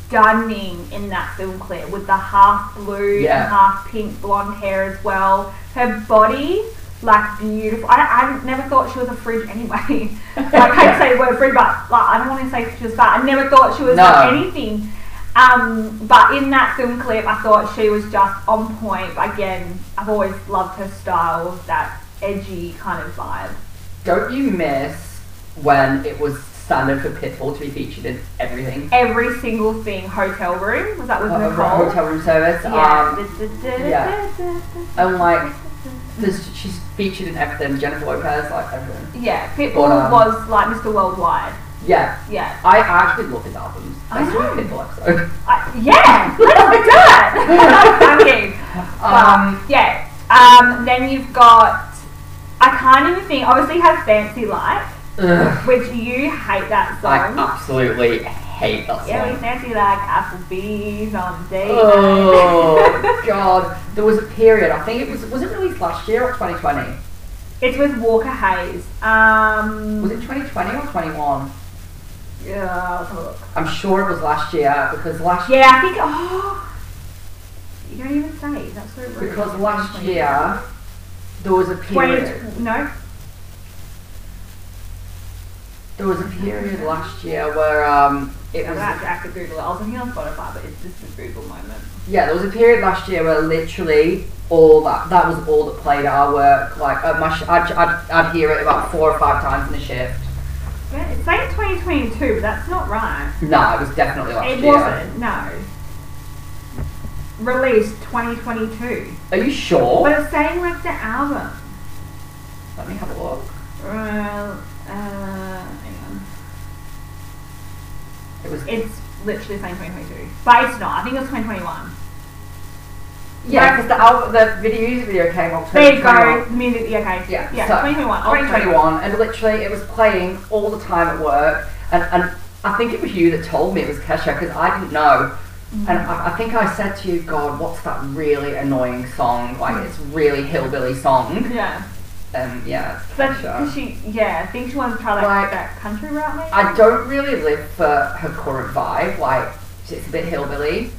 Speaker 1: stunning in that film clip with the half blue
Speaker 3: Yeah.
Speaker 1: and half pink blonde hair as well. Her body, like beautiful. I, I never thought she was a fridge anyway. like, I hate to say the word fridge, but like I don't want to say she was fat. I never thought she was
Speaker 3: No.
Speaker 1: like, anything. Um, but in that film clip, I thought she was just on point. But again, I've always loved her style, that edgy kind of vibe.
Speaker 3: Don't you miss when it was standard for Pitbull to be featured in everything?
Speaker 1: every single thing hotel room. Was that with
Speaker 3: Uh,
Speaker 1: Nicole?
Speaker 3: hotel room service.
Speaker 1: yeah.
Speaker 3: Um,
Speaker 1: yeah.
Speaker 3: and like, there's, she's featured in everything. Jennifer Lopez, like everything.
Speaker 1: Yeah, Pitbull
Speaker 3: But, um,
Speaker 1: was like Mr. Worldwide.
Speaker 3: Yeah,
Speaker 1: Yeah.
Speaker 3: I actually love his albums.
Speaker 1: I
Speaker 3: Let's do a
Speaker 1: know.
Speaker 3: Pitbull episode.
Speaker 1: I, yeah, let's do it! I'm kidding.
Speaker 3: Um,
Speaker 1: But, yeah. Um, then you've got, I can't even think, obviously you have Fancy Life,
Speaker 3: ugh,
Speaker 1: which you hate that
Speaker 3: I
Speaker 1: song.
Speaker 3: absolutely hate that song.
Speaker 1: yeah, we fancy like Applebee's on date. night.
Speaker 3: Oh god, there was a period. I think it was was it released last year or 2020?
Speaker 1: it's with Walker Hayes. Um,
Speaker 3: Was it 2020 or 21?
Speaker 1: Yeah, let's have a look.
Speaker 3: I'm sure it was last year because last
Speaker 1: Yeah, I think. Oh, you don't even say. That's so rude.
Speaker 3: because last year there was a period.
Speaker 1: Twenty. No.
Speaker 3: There was a period last year where um it
Speaker 1: I'm
Speaker 3: was
Speaker 1: gonna have to actually Google it. I was thinking on Spotify, but it's just a Google moment.
Speaker 3: yeah there was a period last year where literally all that that was all that played at our work like at my sh- I'd, I'd, I'd hear it about four or five times in a shift.
Speaker 1: Yeah, It's saying 2022, but that's not right.
Speaker 3: No, it was definitely last
Speaker 1: It
Speaker 3: year.
Speaker 1: wasn't. No. Released 2022,
Speaker 3: Are you sure?
Speaker 1: but it's saying like the album.
Speaker 3: Let me have a look.
Speaker 1: Uh, uh, hang on.
Speaker 3: It was
Speaker 1: It's literally saying 2022, but it's not. I think it was 2021.
Speaker 3: Yeah, because the album, the video music video came on.
Speaker 1: There you
Speaker 3: 2021.
Speaker 1: go. Music. Yeah, okay.
Speaker 3: Yeah,
Speaker 1: Yeah.
Speaker 3: so oh,
Speaker 1: 2021.
Speaker 3: 2021, and literally it was playing all the time at work, and, and I think it was you that told me it was Kesha because I didn't know,
Speaker 1: Mm.
Speaker 3: and I, I think I said to you, God, what's that really annoying song? Like it's really hillbilly song.
Speaker 1: Yeah.
Speaker 3: Um, yeah, it's
Speaker 1: But
Speaker 3: Kesha.
Speaker 1: she, yeah, I think she wants to try like,
Speaker 3: Like-
Speaker 1: that country route maybe.
Speaker 3: I don't really live for her current vibe. Like it's a bit hillbilly,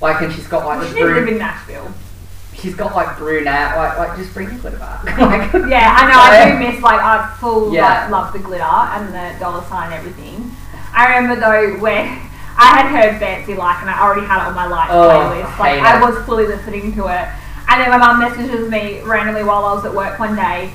Speaker 3: like and she's got like
Speaker 1: she
Speaker 3: the
Speaker 1: didn't live
Speaker 3: brunette.
Speaker 1: in Nashville.
Speaker 3: She's got like brunette. Like like just bring the glitter back. like
Speaker 1: Yeah, I know. I do miss like I full
Speaker 3: Yeah.
Speaker 1: like love the glitter and the dollar sign and everything. I remember though where I had heard Fancy Like and I already had it on my like
Speaker 3: Oh,
Speaker 1: playlist.
Speaker 3: I
Speaker 1: Like
Speaker 3: hate
Speaker 1: I
Speaker 3: it.
Speaker 1: was fully listening to it, and then my mum messages me randomly while I was at work one day,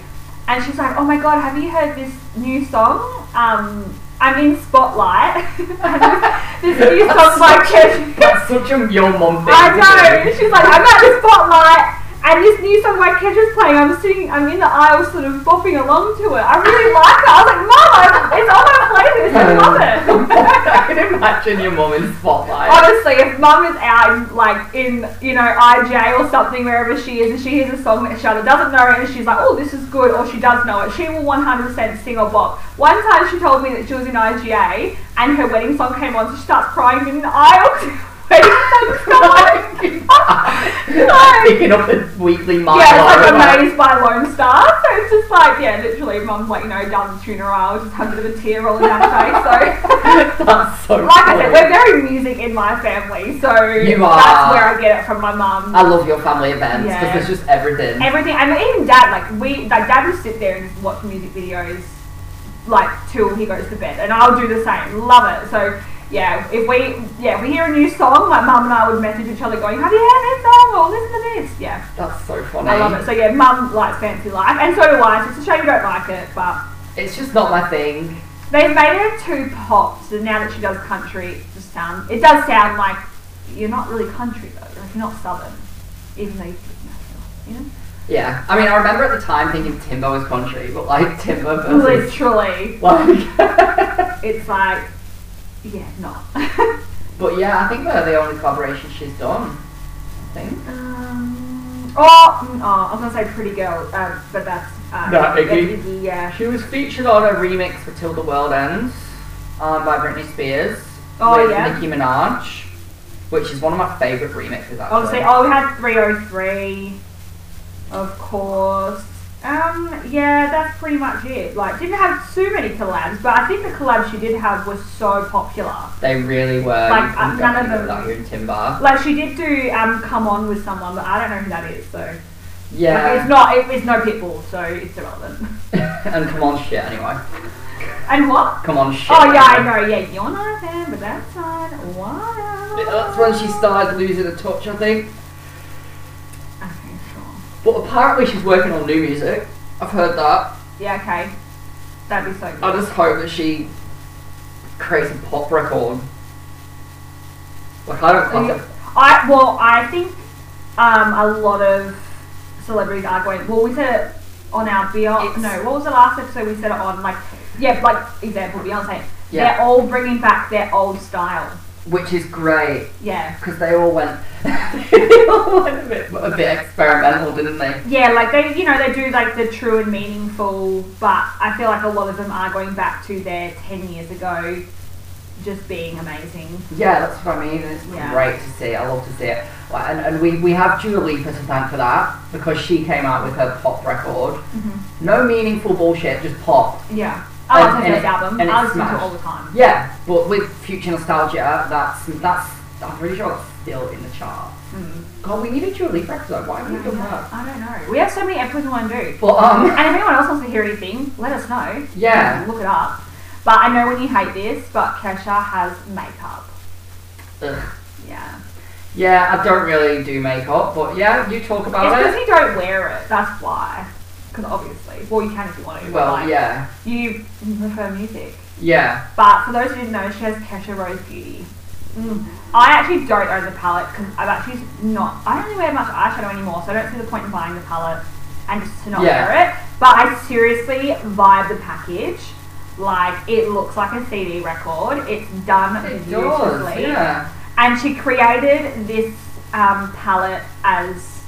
Speaker 1: and she's like, "Oh my god, have you heard this new song? Um, I'm in Spotlight. this new song by Kesha."
Speaker 3: That's such a your mum thing.
Speaker 1: I
Speaker 3: to
Speaker 1: know.
Speaker 3: do.
Speaker 1: She's like, I'm at the spotlight, and this new song by Kendra's playing. I'm sitting, I'm in the aisle, sort of bopping along to it. I really like it. I was like, Mama, it's on my playlist. I love it.
Speaker 3: I can imagine your mum in spotlight.
Speaker 1: Honestly, if Mum is out in like in you know IJ or something wherever she is, and she hears a song that Shada doesn't know, and she's like, "Oh, this is good," or she does know it, she will 100% sing or bop. One time, she told me that she was in IGA and her wedding song came on, so she starts crying in the aisle. to wedding song come on. no.
Speaker 3: Picking up the weekly mile.
Speaker 1: Yeah, it's like amazed by Lone Star. So it's just like, yeah, literally, mum's like, you know, down the tuner aisle, just have a bit of a tear rolling down her face. So,
Speaker 3: That's so
Speaker 1: like I said,
Speaker 3: funny.
Speaker 1: we're very music in my family, so
Speaker 3: You are. Uh,
Speaker 1: that's where I get it from my mum.
Speaker 3: I love your family events because
Speaker 1: Yeah.
Speaker 3: there's just everything.
Speaker 1: Everything, I mean, even dad, like, we, like, dad would sit there and just watch music videos, like, till he goes to bed, and I'll do the same. Love it. So, yeah, if we, yeah, if we hear a new song, like, mum and I would message each other going, have you heard this song? Or listen to this. Yeah.
Speaker 3: That's so funny.
Speaker 1: I love it. So yeah, mum likes fancy life, and so do I. So it's a shame you don't like it, but
Speaker 3: It's just not my thing.
Speaker 1: they've made her too pop. So now that she does country, it just sound it does sound like you're not really country though. Like you're not southern, even though you you know.
Speaker 3: Yeah. I mean, I remember at the time thinking Timbo was country, but like Timbo versus
Speaker 1: Literally,
Speaker 3: like.
Speaker 1: it's like yeah, not.
Speaker 3: but yeah, I think they're the only collaboration she's done. I think.
Speaker 1: um, oh, mm, oh, I was gonna say pretty girl, um, but that's uh,
Speaker 3: No,
Speaker 1: that's
Speaker 3: Iggy.
Speaker 1: Iggy, yeah.
Speaker 3: She was featured on a remix for Till the World Ends um, by Britney Spears
Speaker 1: Oh,
Speaker 3: with
Speaker 1: yeah?
Speaker 3: Nicki Minaj. which is one of my favourite remixes.
Speaker 1: Obviously,
Speaker 3: Actually.
Speaker 1: oh, we had 303, of course. Um, yeah, that's pretty much it. Like, didn't have too many collabs, but I think the collabs she did have were so popular.
Speaker 3: they really were.
Speaker 1: Like,
Speaker 3: you couldn't
Speaker 1: uh,
Speaker 3: go
Speaker 1: none of
Speaker 3: anywhere
Speaker 1: them-
Speaker 3: without hearing Timbar.
Speaker 1: Like, she did do um, Come On with someone, but I don't know who that is, so. like, it's
Speaker 3: Yeah,
Speaker 1: not, it, it's no Pitbull, so it's irrelevant.
Speaker 3: and come on, shit. Anyway,
Speaker 1: And what?
Speaker 3: come on, shit.
Speaker 1: Oh, yeah, I know, yeah, you're not a fan, but that's fine. What?
Speaker 3: That's when she started losing the touch, I think.
Speaker 1: Okay, sure.
Speaker 3: But apparently she's working on new music. I've heard that.
Speaker 1: Yeah, okay. That'd be so good.
Speaker 3: I just hope that she creates a pop record. Like I don't
Speaker 1: Maybe-
Speaker 3: fucking
Speaker 1: I well, I think um, a lot of celebrities are going. Well, we said it on our Beyonce.
Speaker 2: It's-
Speaker 1: No, what was the last episode we said it on? Like, yeah, like example Beyonce.
Speaker 3: Yeah.
Speaker 1: They're all bringing back their old style.
Speaker 3: which is great
Speaker 1: Yeah,
Speaker 3: because they all went they all went a bit a bit experimental, didn't they?
Speaker 1: yeah, like they, you know, they do like the true and meaningful, but I feel like a lot of them are going back to their ten years ago, just being amazing.
Speaker 3: Yeah, that's what I mean. It's
Speaker 1: Yeah.
Speaker 3: great to see. I love to see it. Like, And, and we, we have Dua Lipa to thank for that because she came out with her pop record. No meaningful bullshit, just pop.
Speaker 1: Yeah, I love her
Speaker 3: Mm-hmm. And- and
Speaker 1: first
Speaker 3: it-
Speaker 1: album.
Speaker 3: and
Speaker 1: I
Speaker 3: it's
Speaker 1: listen to it
Speaker 3: smashed.
Speaker 1: all the time.
Speaker 3: Yeah, but with future nostalgia, that's that's I'm pretty sure that's still in the chart.
Speaker 1: Mm.
Speaker 3: God, we need a Dua Lipa episode. Why haven't we done that?
Speaker 1: I don't know. We have so many episodes we want to do.
Speaker 3: But um,
Speaker 1: And if anyone else wants to hear anything, let us know.
Speaker 3: Yeah.
Speaker 1: Look it up. But I know when you hate this, but Kesha has makeup.
Speaker 3: ugh.
Speaker 1: Yeah.
Speaker 3: um, yeah, I don't really do makeup, but yeah, you talk
Speaker 1: it's
Speaker 3: about
Speaker 1: because
Speaker 3: it.
Speaker 1: you don't wear it. That's why. Because obviously, well, you can if you want to. but,
Speaker 3: Well,
Speaker 1: like,
Speaker 3: yeah,
Speaker 1: You prefer music.
Speaker 3: yeah.
Speaker 1: But for those who didn't know, she has Kesha Rose Beauty. Mm. I actually don't own the palette because I've actually not. I don't really wear much eyeshadow anymore, so I don't see the point in buying the palette and just to not
Speaker 3: Yeah.
Speaker 1: wear it. But I seriously vibe the package. Like it looks like a CD record. It's done
Speaker 3: It does.
Speaker 1: beautifully,
Speaker 3: Yeah,
Speaker 1: and she created this um, palette as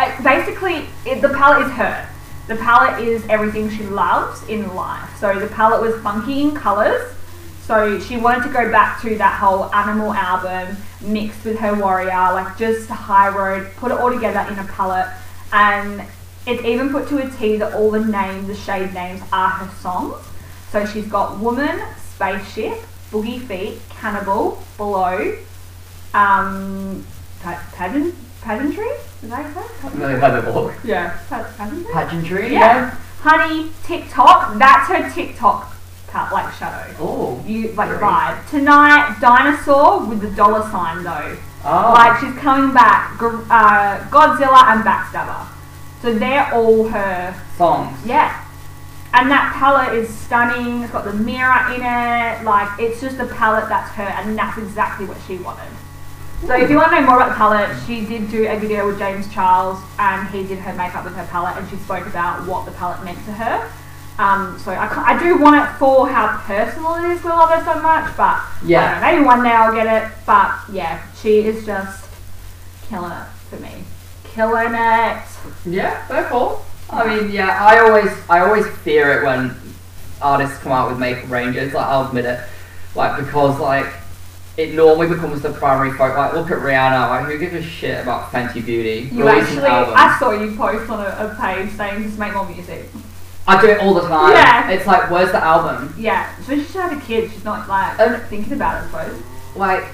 Speaker 1: uh, basically it, the palette is her. The palette is everything she loves in life. So the palette was funky in colors. So she wanted to go back to that whole animal album mixed with her warrior, like just high road, put it all together in a palette, and it's even put to a T that all the names, the shade names, are her songs. So she's got woman, spaceship, boogie feet, cannibal, below, um, pa- pageant, pageantry. Is that correct?
Speaker 3: no, have a look.
Speaker 1: Yeah. Pa- pageantry.
Speaker 3: Pageantry.
Speaker 1: Yeah. Honey, TikTok. That's her TikTok pat like shadow.
Speaker 3: Oh.
Speaker 1: You like
Speaker 3: Very.
Speaker 1: vibe tonight. Dinosaur with the dollar sign though.
Speaker 3: Oh.
Speaker 1: Like she's coming back. Gor- Uh, Godzilla and Backstabber. So they're all her
Speaker 3: songs.
Speaker 1: yeah. And that palette is stunning. It's got the mirror in it. Like, it's just a palette that's her, and that's exactly what she wanted. So, if you want to know more about the palette, she did do a video with James Charles, and he did her makeup with her palette, and she spoke about what the palette meant to her. Um, so, I, ca- I do want it for how personal it is. We love her so much, but I don't
Speaker 3: Yeah.
Speaker 1: know, maybe one day I'll get it. But yeah, she is just killing it for me. Killing it.
Speaker 3: Yeah, they're cool. I mean, yeah, I always, I always fear it when artists come out with makeup ranges. Like, I'll admit it, like because like it normally becomes the primary focus. Like, look at Rihanna. Like, who gives a shit about Fenty Beauty?
Speaker 1: You
Speaker 3: Release
Speaker 1: actually,
Speaker 3: an album.
Speaker 1: I saw you post on a, a page saying just make more music.
Speaker 3: I do it all the time.
Speaker 1: Yeah.
Speaker 3: It's like, where's the album?
Speaker 1: Yeah, so she should have a kid. She's not like
Speaker 3: Um,
Speaker 1: thinking about it, I suppose.
Speaker 3: Like,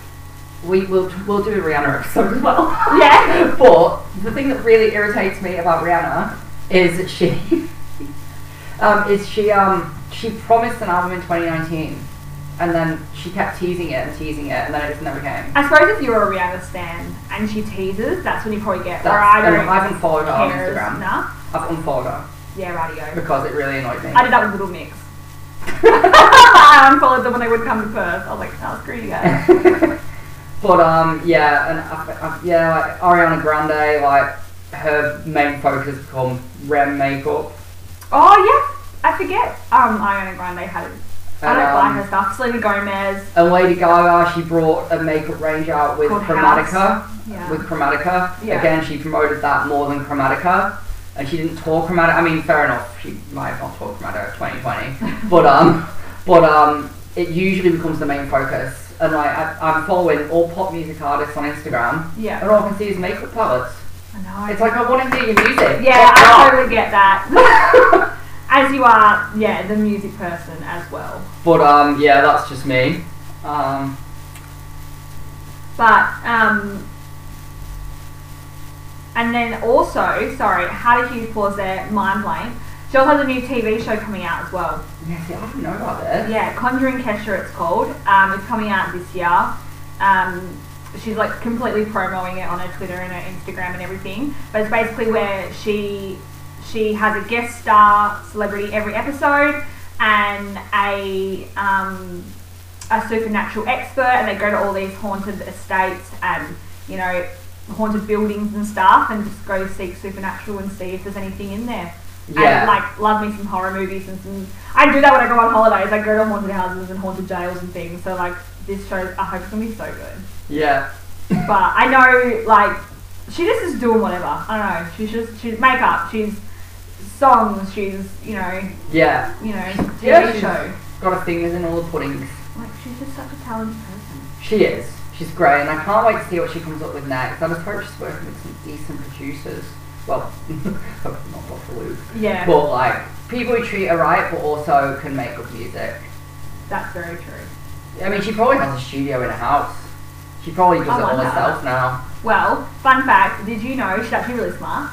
Speaker 3: we will, we'll do a Rihanna episode as well.
Speaker 1: Yeah.
Speaker 3: But the thing that really irritates me about Rihanna is that she, um, is she, um, she promised an album in 2019, and then she kept teasing it and teasing it, and then it just never came.
Speaker 1: I suppose if you're a Rihanna stan and she teases, that's when you probably get. Where
Speaker 3: That's-
Speaker 1: I don't.
Speaker 3: and I haven't followed her on
Speaker 1: care
Speaker 3: Instagram.
Speaker 1: enough.
Speaker 3: I've unfollowed her
Speaker 1: Yeah, radio.
Speaker 3: because it really annoyed me.
Speaker 1: I did that with Little Mix. I unfollowed them when they would come to Perth. I was like, oh, screw you guys.
Speaker 3: but um, yeah, and I, I, yeah, like Ariana Grande, like her main focus become REM makeup.
Speaker 1: oh yeah, I forget. Um, Ariana Grande had. it. I
Speaker 3: And,
Speaker 1: don't
Speaker 3: um,
Speaker 1: buy her stuff. Selena Gomez.
Speaker 3: And Lady Gaga, she brought a makeup range out with
Speaker 1: Called
Speaker 3: Chromatica.
Speaker 1: House. Yeah.
Speaker 3: with Chromatica.
Speaker 1: Yeah.
Speaker 3: Again, she promoted that more than Chromatica. And she didn't talk Chromatica. I mean, fair enough, she might have not talked Chromatica at 2020. but, um, but um, it usually becomes the main focus. and I, I, I'm following all pop music artists on Instagram,
Speaker 1: Yeah.
Speaker 3: and all I can see is makeup palettes.
Speaker 1: I know.
Speaker 3: It's like I want to hear your music.
Speaker 1: yeah,
Speaker 3: Fuck
Speaker 1: I
Speaker 3: off.
Speaker 1: totally get that. as you are, yeah, the music person as well.
Speaker 3: But um, yeah, that's just me. Um,
Speaker 1: But um, and then also, sorry, how did you pause there? Mind blank. She also has a new TV show coming out as well.
Speaker 3: yeah, see, I don't know about this.
Speaker 1: Yeah, Conjuring Kesha, it's called. Um, it's coming out this year. Um, she's like completely promoting it on her Twitter and her Instagram and everything. But it's basically where she she has a guest star celebrity every episode and a um, a supernatural expert, and they go to all these haunted estates and you know haunted buildings and stuff, and just go seek supernatural and see if there's anything in there.
Speaker 3: Yeah.
Speaker 1: And like love me some horror movies and some. I do that when I go on holidays. I go to haunted houses and haunted jails and things. So like this show, I hope it's gonna be so good.
Speaker 3: Yeah.
Speaker 1: But I know like she just is doing whatever. I don't know. She's just she's makeup. She's songs. She's you know
Speaker 3: Yeah.
Speaker 1: you know TV
Speaker 3: Yeah, she's-
Speaker 1: show.
Speaker 3: Got her fingers in all the puddings.
Speaker 1: Like she's just such a talented person.
Speaker 3: She is. She's great, and I can't wait to see what she comes up with next. I'm just hoping she's working with some decent producers. Well, hopefully not Dr. Luke.
Speaker 1: Yeah,
Speaker 3: But like people who treat her right, but also can make good music.
Speaker 1: that's very true.
Speaker 3: I mean, she probably has a studio in her house. She probably does
Speaker 1: I
Speaker 3: it all
Speaker 1: like that.
Speaker 3: herself now.
Speaker 1: Well, fun fact: Did you know she's actually really smart?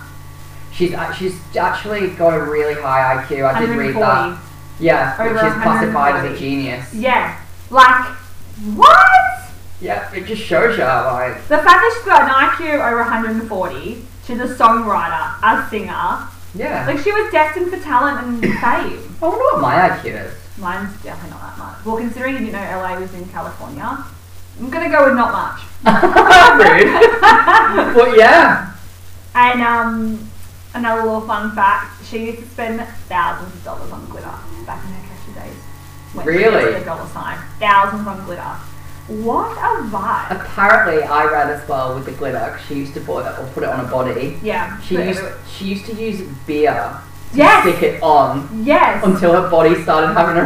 Speaker 3: She's act- she's actually got a really high IQ. I did read that. Yeah,
Speaker 1: Over
Speaker 3: which is classified as a
Speaker 1: 140.
Speaker 3: genius.
Speaker 1: Yeah, like what?
Speaker 3: Yeah, it just shows you how, like
Speaker 1: The fact that she's got an IQ over 140, she's a songwriter, a singer.
Speaker 3: yeah.
Speaker 1: Like she was destined for talent and fame.
Speaker 3: I wonder what my IQ is.
Speaker 1: Mine's definitely not that much. Well, considering you didn't know LA was in California, I'm gonna go with not much.
Speaker 3: Oh, Rude. but yeah,
Speaker 1: And um, another little fun fact: she used to spend thousands of dollars on glitter back in her cashier days. When she
Speaker 3: Really?
Speaker 1: was a dollar sign, thousands on glitter. What a
Speaker 3: Uh,
Speaker 1: vibe!
Speaker 3: apparently I read as well with the glitter. 'cause she used to put it or put it on a body.
Speaker 1: Yeah.
Speaker 3: She
Speaker 1: but
Speaker 3: used
Speaker 1: everywhere-
Speaker 3: she used to use beer to
Speaker 1: Yes.
Speaker 3: stick it on
Speaker 1: Yes.
Speaker 3: until her body started having a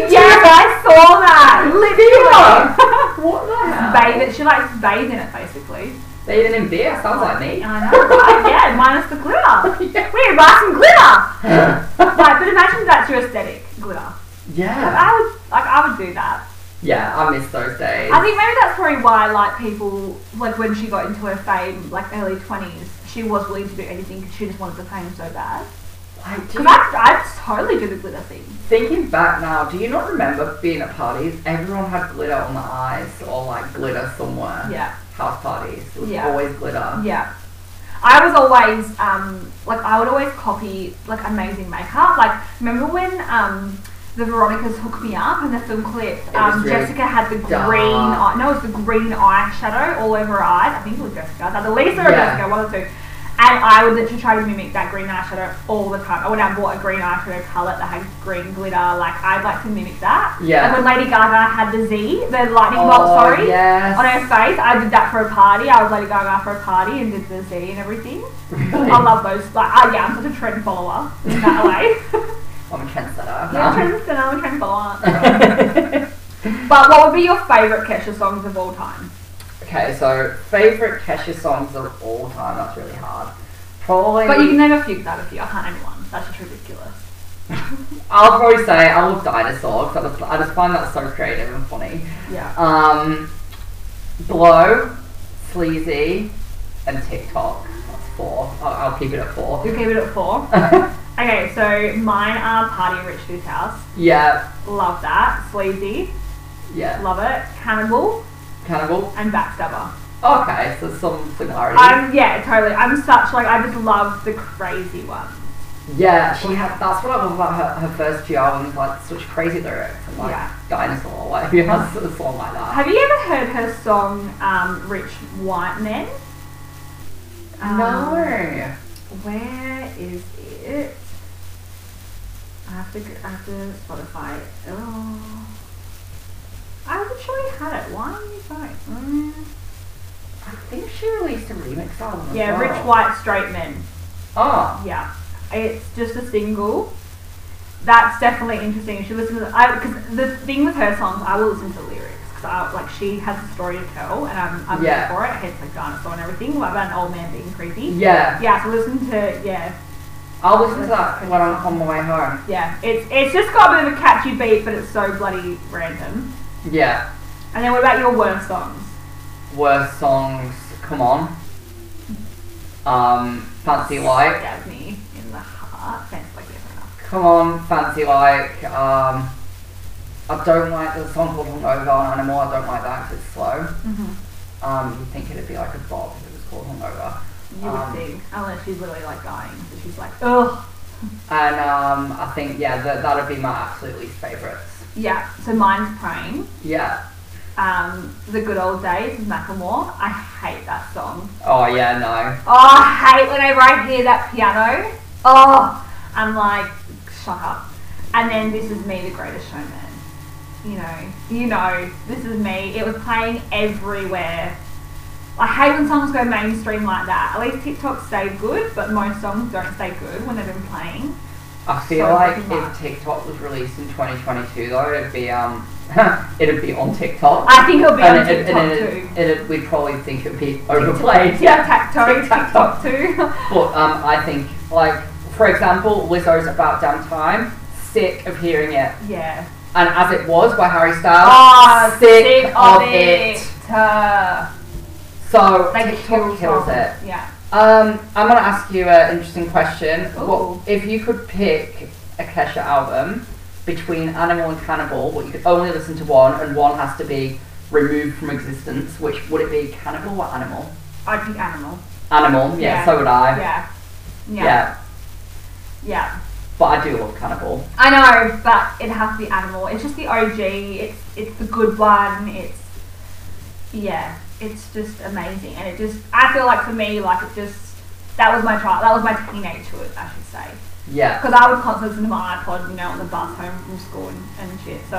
Speaker 3: to
Speaker 1: yes,
Speaker 3: it.
Speaker 1: I saw that. Literally.
Speaker 3: What the hell?
Speaker 1: bathe it. She likes to bathe in it, basically.
Speaker 3: Bathing in beer sounds like me.
Speaker 1: I know. right? yeah, minus the glitter.
Speaker 3: Yeah.
Speaker 1: We need to buy some glitter. Right, but imagine that's your aesthetic, glitter.
Speaker 3: yeah.
Speaker 1: I would, like, I would do that.
Speaker 3: Yeah, I miss those days.
Speaker 1: I think maybe that's probably why, like, people, like, when she got into her fame, like, early twenties, she was willing to do anything because she just wanted the fame so bad.
Speaker 3: Like, do
Speaker 1: Because
Speaker 3: you,
Speaker 1: I, I totally do the glitter thing.
Speaker 3: thinking back now, do you not remember being at parties? Everyone had glitter on their eyes or like glitter somewhere.
Speaker 1: Yeah.
Speaker 3: House parties. It was
Speaker 1: Yeah.
Speaker 3: always glitter.
Speaker 1: Yeah. I was always um, like I would always copy like amazing makeup. Like remember when um, the Veronicas hooked me up in the film clip?
Speaker 3: was
Speaker 1: Um,
Speaker 3: really
Speaker 1: Jessica had the green eye.
Speaker 3: dark.
Speaker 1: No, it's the green eyeshadow all over her eyes. I think it was Jessica. It's either Lisa or
Speaker 3: Yeah.
Speaker 1: Jessica, one of the two. And I would literally try to mimic that green eyeshadow all the time. I would have bought a green eyeshadow palette that had green glitter. Like I'd like to mimic that.
Speaker 3: Yeah.
Speaker 1: Like when Lady Gaga had the Z, the lightning bolt.
Speaker 3: Oh,
Speaker 1: Sorry
Speaker 3: yes.
Speaker 1: on her face. I did that for a party. I was Lady Gaga for a party and did the Z and everything.
Speaker 3: Really?
Speaker 1: I love those. Like, oh yeah, I'm such a trend follower in that way.
Speaker 3: I'm a trendsetter.
Speaker 1: yeah, trends and I'm a trend follower. But what would be your favourite Kesha songs of all time?
Speaker 3: okay, so favorite Kesha songs of all time. That's really hard. Probably.
Speaker 1: But you can name a few without a few. I can't name one. That's just ridiculous.
Speaker 3: I'll probably say I love Dinosaur because I just, I just find that so creative and funny.
Speaker 1: Yeah.
Speaker 3: Um, Blow, Sleazy, and TikTok. That's four. I'll, I'll keep it at four.
Speaker 1: You keep it at four. Okay, so mine are Party in Rich Dude's House.
Speaker 3: yeah,
Speaker 1: Love that. Sleazy.
Speaker 3: yeah.
Speaker 1: Love it. Cannibal
Speaker 3: Cannibal.
Speaker 1: and Backstabber.
Speaker 3: Okay, so some similarities.
Speaker 1: I'm yeah, totally. I'm such like I just love the crazy ones.
Speaker 3: yeah, she had. That's what I love about her, her first few albums. Like such crazy lyrics. And, like
Speaker 1: Yeah.
Speaker 3: Dinosaur. Like who has a song like that?
Speaker 1: Have you ever heard her song um, "Rich White Men"? Um,
Speaker 3: no.
Speaker 1: Where is it? I have to. go- I have to Spotify. it. Oh, I literally had it. Why are you going? Mm.
Speaker 3: I think she released a remix album. as
Speaker 1: Yeah,
Speaker 3: well.
Speaker 1: "Rich White Straight Men."
Speaker 3: Oh,
Speaker 1: Yeah, it's just a single. That's definitely interesting. You should listen to the, I because the thing with her songs, I will listen to the lyrics 'cause so I- like she has a story to tell, and I'm I'm
Speaker 3: Yeah.
Speaker 1: there for it. Hence like dinosaur and everything. What about an old man being creepy?
Speaker 3: Yeah,
Speaker 1: Yeah, so listen to yeah
Speaker 3: I'll listen to that when I'm on my way home.
Speaker 1: yeah. It's it's just got a bit of a catchy beat, but it's so bloody random.
Speaker 3: Yeah,
Speaker 1: And then what about your worst songs?
Speaker 3: worst songs. Come on. Um, fancy like.
Speaker 1: Stab me in the heart. That's like yeah.
Speaker 3: Come on, fancy like. Um, I don't like the song called Hungover anymore. I don't like that 'cause it's slow.
Speaker 1: Mhm.
Speaker 3: Um, you'd think it'd be like a bop if it was called Hungover.
Speaker 1: You would
Speaker 3: Um,
Speaker 1: think, unless she's literally like dying, so she's like, ugh.
Speaker 3: And um, I think yeah, that that'd be my absolute least favourites.
Speaker 1: Yeah. So mine's praying.
Speaker 3: Yeah.
Speaker 1: Um, the good old days with Macklemore. I hate that song.
Speaker 3: Oh yeah, no.
Speaker 1: Oh, I hate whenever I hear that piano. Oh, I'm like, shut up. And then this is me, the greatest showman. You know, you know, this is me. It was playing everywhere. I hate when songs go mainstream like that. At least TikTok stayed good, but most songs don't stay good when they've been playing.
Speaker 3: I feel
Speaker 1: So
Speaker 3: like
Speaker 1: fucking
Speaker 3: if
Speaker 1: much.
Speaker 3: TikTok was released in 2022 though, it'd be um, it'd be on TikTok.
Speaker 1: I think it'll be on
Speaker 3: and it,
Speaker 1: TikTok
Speaker 3: and
Speaker 1: too.
Speaker 3: it, it, we'd probably think it'd be overplayed.
Speaker 1: Tic tac toe,
Speaker 3: Tic-tac-toe.
Speaker 1: TikTok too.
Speaker 3: But um, I think like for example, Lizzo's "About Damn Time." Sick of hearing it,
Speaker 1: yeah.
Speaker 3: and as it was by Harry Styles.
Speaker 1: Ah,
Speaker 3: sick, of it.
Speaker 1: Uh,
Speaker 3: So
Speaker 1: like
Speaker 3: TikTok kills it.
Speaker 1: Yeah.
Speaker 3: Um, I'm gonna ask you an interesting question.
Speaker 1: Ooh.
Speaker 3: What if you could pick a Kesha album between Animal and Cannibal, but you could only listen to one, and one has to be removed from existence? Which would it be, Cannibal or Animal?
Speaker 1: I'd pick animal.
Speaker 3: Animal. Yeah.
Speaker 1: Yeah.
Speaker 3: So would I.
Speaker 1: Yeah. Yeah. Yeah.
Speaker 3: Yeah, But I do love Cannibal.
Speaker 1: I know, but it has to be animal. It's just the OG. It's it's the good one. It's yeah. It's just amazing, and it just I feel like for me, like it just that was my child. That was my teenagehood, I should say,
Speaker 3: Yeah.
Speaker 1: because I would constantly listen to my iPod, you know, on the bus home from school and, and shit. So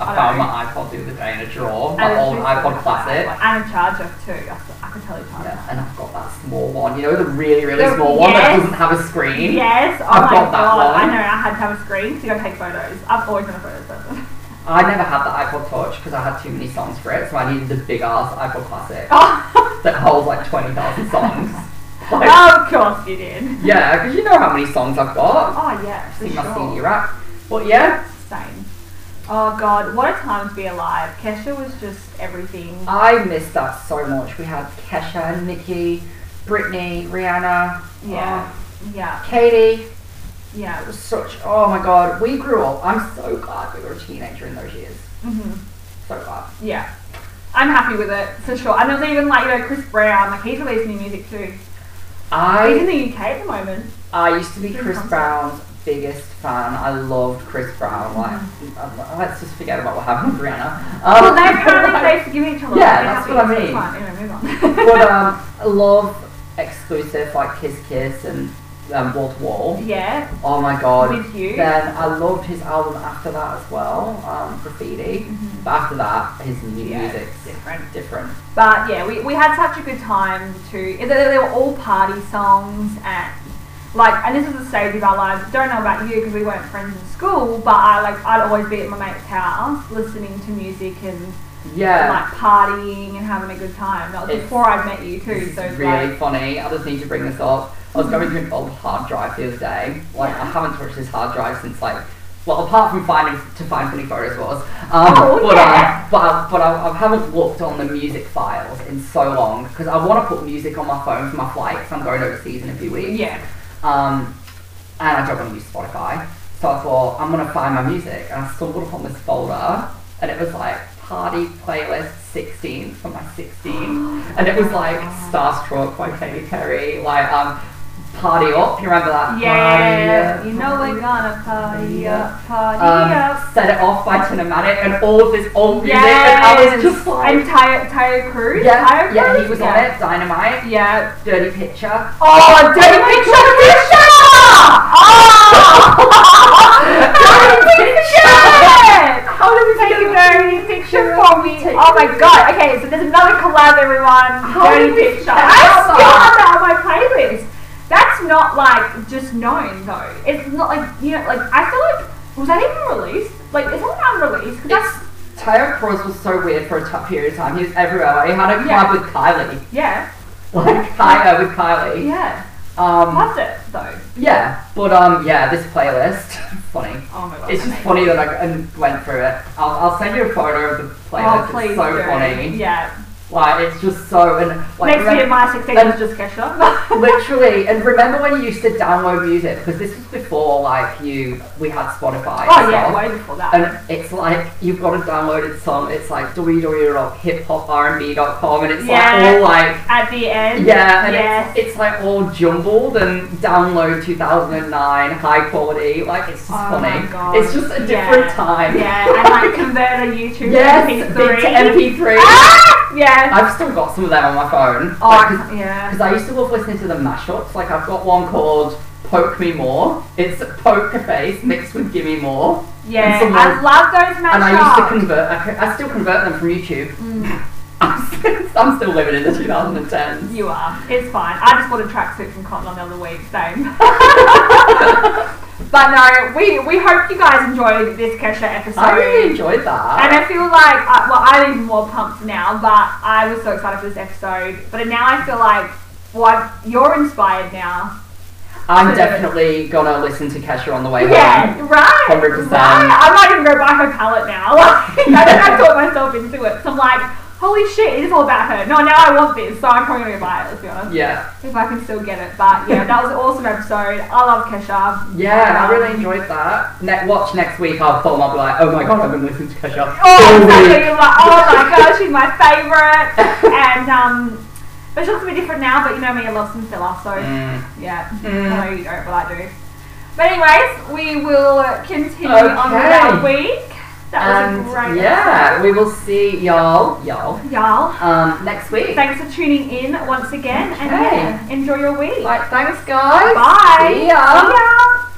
Speaker 1: I
Speaker 3: I found
Speaker 1: know.
Speaker 3: my iPod the other day in a drawer.
Speaker 1: And
Speaker 3: Oh, My
Speaker 1: it's just
Speaker 3: old iPod
Speaker 1: so
Speaker 3: Classic.
Speaker 1: nice. And a charger too. I, I could tell you charger.
Speaker 3: Yeah, and I've got that small one. You know, the really, really
Speaker 1: The-
Speaker 3: small one that
Speaker 1: yes.
Speaker 3: doesn't have a screen.
Speaker 1: Yes, oh
Speaker 3: I've
Speaker 1: my
Speaker 3: got that
Speaker 1: god, I
Speaker 3: one.
Speaker 1: know, I had to have a screen because you gotta take photos. I've always been a photos person.
Speaker 3: I never had the iPod Touch because I had too many songs for it, so I needed the big ass iPod Classic
Speaker 1: Oh,
Speaker 3: that holds like 20,000 songs. Like,
Speaker 1: of course you did.
Speaker 3: yeah, because you know how many songs I've got.
Speaker 1: Oh yeah,
Speaker 3: I
Speaker 1: for
Speaker 3: think my CD
Speaker 1: sure.
Speaker 3: rack. But yeah,
Speaker 1: Same. Oh god, what a time to be alive. Kesha was just everything.
Speaker 3: I miss that so much. We had Kesha, Nikki, Britney, Rihanna,
Speaker 1: Yeah, yeah,
Speaker 3: uh, Katie. It
Speaker 1: yeah.
Speaker 3: was such, oh my god, we grew up. I'm so glad we were a teenager in those years.
Speaker 1: hmm
Speaker 3: So glad.
Speaker 1: Yeah. I'm happy with it, for sure. And there's even like, you know, Chris Brown, like he's releasing new music too. He's in
Speaker 3: I
Speaker 1: the UK at the moment.
Speaker 3: I used to be
Speaker 1: Good
Speaker 3: Chris
Speaker 1: concept.
Speaker 3: Brown's biggest fan. I loved Chris Brown. Like, I'm like, let's just forget about what happened with Rihanna. Um,
Speaker 1: Mm-hmm. well, they apparently they forgive each other.
Speaker 3: Yeah,
Speaker 1: They're
Speaker 3: that's
Speaker 1: happy,
Speaker 3: what I
Speaker 1: so it's
Speaker 3: mean.
Speaker 1: fine. Anyway, move on.
Speaker 3: but um, I love exclusive like Kiss Kiss and um, Wall to Wall.
Speaker 1: yeah,
Speaker 3: Oh my god.
Speaker 1: with you.
Speaker 3: Then I loved his album after that as well, um, Graffiti.
Speaker 1: Mhm.
Speaker 3: But after that, his new
Speaker 1: Yeah,
Speaker 3: music's
Speaker 1: different.
Speaker 3: different.
Speaker 1: But yeah, we, we had such a good time too. They, they were all party songs and like, and this is the stage of our lives. Don't know about you because we weren't friends in school, but I like I'd always be at my mate's house listening to music and
Speaker 3: Yeah.
Speaker 1: like partying and having a good time. That was
Speaker 3: It's-
Speaker 1: before I met you
Speaker 3: This
Speaker 1: too,
Speaker 3: is
Speaker 1: so it's
Speaker 3: really
Speaker 1: like
Speaker 3: funny. I just need to bring this up. I was going through an old hard drive the other day. Like I haven't touched this hard drive since like well, apart from finding to find funny photos was. Um,
Speaker 1: Oh,
Speaker 3: but,
Speaker 1: yeah.
Speaker 3: I, but I, but I, I haven't looked on the music files in so long because I want to put music on my phone for my flights. I'm going overseas in a few weeks.
Speaker 1: yeah,
Speaker 3: Um, and I don't want to use Spotify, so I thought I'm gonna find my music. And I stumbled upon this folder, and it was like party playlist 16 for my 16, and it was like Starstruck by Katy Perry, like um, Party Up. You remember that?
Speaker 1: yeah.
Speaker 3: Party
Speaker 1: You
Speaker 3: Up,
Speaker 1: know we're
Speaker 3: Party
Speaker 1: gonna party up, party up.
Speaker 3: um, set it off by Tinamatic and all of this old music, and I was
Speaker 1: Yes.
Speaker 3: just like,
Speaker 1: and Tayo Tayo Cruz.
Speaker 3: yeah,
Speaker 1: Tayo
Speaker 3: yeah,
Speaker 1: Cruz?
Speaker 3: he was
Speaker 1: yeah.
Speaker 3: on it, Dynamite,
Speaker 1: Yeah.
Speaker 3: Dirty Picture.
Speaker 1: Oh, Dirty Picture Picture! Oh! Dirty Picture! How do we take a dirty picture for me? Oh my god, okay, so there's another collab, everyone.
Speaker 3: How
Speaker 1: dirty
Speaker 3: did we
Speaker 1: Picture.
Speaker 3: get
Speaker 1: I
Speaker 3: that?
Speaker 1: still have that on my playlist. That's not like just known though. It's not like, you know, like, I feel like, was that even released? Like, is that unreleased? 'Cause that's.
Speaker 3: Taylor Cruz was so weird for a t- period of time. He was everywhere. Like, he had a
Speaker 1: Yeah.
Speaker 3: club with Kylie.
Speaker 1: Yeah,
Speaker 3: Like, Kylie with Kylie.
Speaker 1: yeah.
Speaker 3: Um,
Speaker 1: Loved it though.
Speaker 3: yeah. But, um, yeah, this playlist. funny.
Speaker 1: Oh my god.
Speaker 3: It's just
Speaker 1: amazing.
Speaker 3: funny that I and went through it. I'll, I'll send you a photo of the playlist.
Speaker 1: Oh please
Speaker 3: it's so
Speaker 1: do.
Speaker 3: funny.
Speaker 1: Yeah.
Speaker 3: Like, it's just so. And, like,
Speaker 1: Next year,
Speaker 3: remem-
Speaker 1: my 16
Speaker 3: and-
Speaker 1: was just Oh, Kesha.
Speaker 3: literally. And remember when you used to download music? Because this was before, like, you we had Spotify.
Speaker 1: oh
Speaker 3: and
Speaker 1: yeah,
Speaker 3: stuff.
Speaker 1: way before that.
Speaker 3: And it's like you've got a downloaded song. It's like www.hiphoprb.com, and it's
Speaker 1: Yeah.
Speaker 3: like all like
Speaker 1: At the end.
Speaker 3: yeah, and
Speaker 1: Yes.
Speaker 3: it's, it's like all jumbled and download 2009 high quality. Like it's just
Speaker 1: Oh
Speaker 3: funny.
Speaker 1: my God.
Speaker 3: It's just a
Speaker 1: Yeah.
Speaker 3: different time.
Speaker 1: yeah, and like convert a YouTube
Speaker 3: Yes,
Speaker 1: to
Speaker 3: big to
Speaker 1: MP3.
Speaker 3: MP3.
Speaker 1: Yeah.
Speaker 3: I've still got some of them on my phone.
Speaker 1: Oh, I
Speaker 3: Because
Speaker 1: can't- yeah.
Speaker 3: I used to love listening to the mashups. Like I've got one called "Poke Me More." It's Poker Face mixed with "Gimme More,"
Speaker 1: Yeah,
Speaker 3: some
Speaker 1: I
Speaker 3: more-
Speaker 1: love those mashups.
Speaker 3: and I used to convert. I, c- I still convert them from YouTube.
Speaker 1: Mm,
Speaker 3: I'm still- I'm still living in the 2010s.
Speaker 1: you are. It's fine. I just bought a tracksuit from Cotton on the other week. Same. but no, we we hope you guys enjoyed this Kesha episode.
Speaker 3: I really enjoyed
Speaker 1: And
Speaker 3: that.
Speaker 1: I feel like, I, well, I'm even more pumped now, but I was so excited for this episode. But now I feel like, well, you're inspired now.
Speaker 3: I'm definitely gonna listen to Kesha on the way home.
Speaker 1: Yeah, right. Right.
Speaker 3: 100%.
Speaker 1: I might even go buy her palette now. Like, I think I taught myself into it. So I'm like, holy shit, it is all about her. No, now I want this, so I'm probably going to buy it, let's be honest.
Speaker 3: Yeah,
Speaker 1: If I can still get it. But yeah, that was an awesome episode. I love Kesha.
Speaker 3: yeah,
Speaker 1: Um,
Speaker 3: I really enjoyed that. Ne- watch next week. I'll film. I'll be like, oh my god, I've been listening to Kesha.
Speaker 1: Oh,
Speaker 3: all
Speaker 1: exactly.
Speaker 3: week."
Speaker 1: You're like, oh my gosh, she's my favourite. and um, but she looks a bit different now. But you know me, I love some filler, so
Speaker 3: Mm.
Speaker 1: yeah.
Speaker 3: Mm.
Speaker 1: I know you don't, but I do. But anyways, we will continue on with
Speaker 3: Okay.
Speaker 1: our week. That was a
Speaker 3: And
Speaker 1: great
Speaker 3: yeah, we will see y'all, y'all,
Speaker 1: episode. y'all.
Speaker 3: um, next week.
Speaker 1: Thanks for tuning in once again, and
Speaker 3: Okay.
Speaker 1: yeah, enjoy your week.
Speaker 3: Right, thanks guys.
Speaker 1: Bye.
Speaker 3: See ya.
Speaker 1: See ya.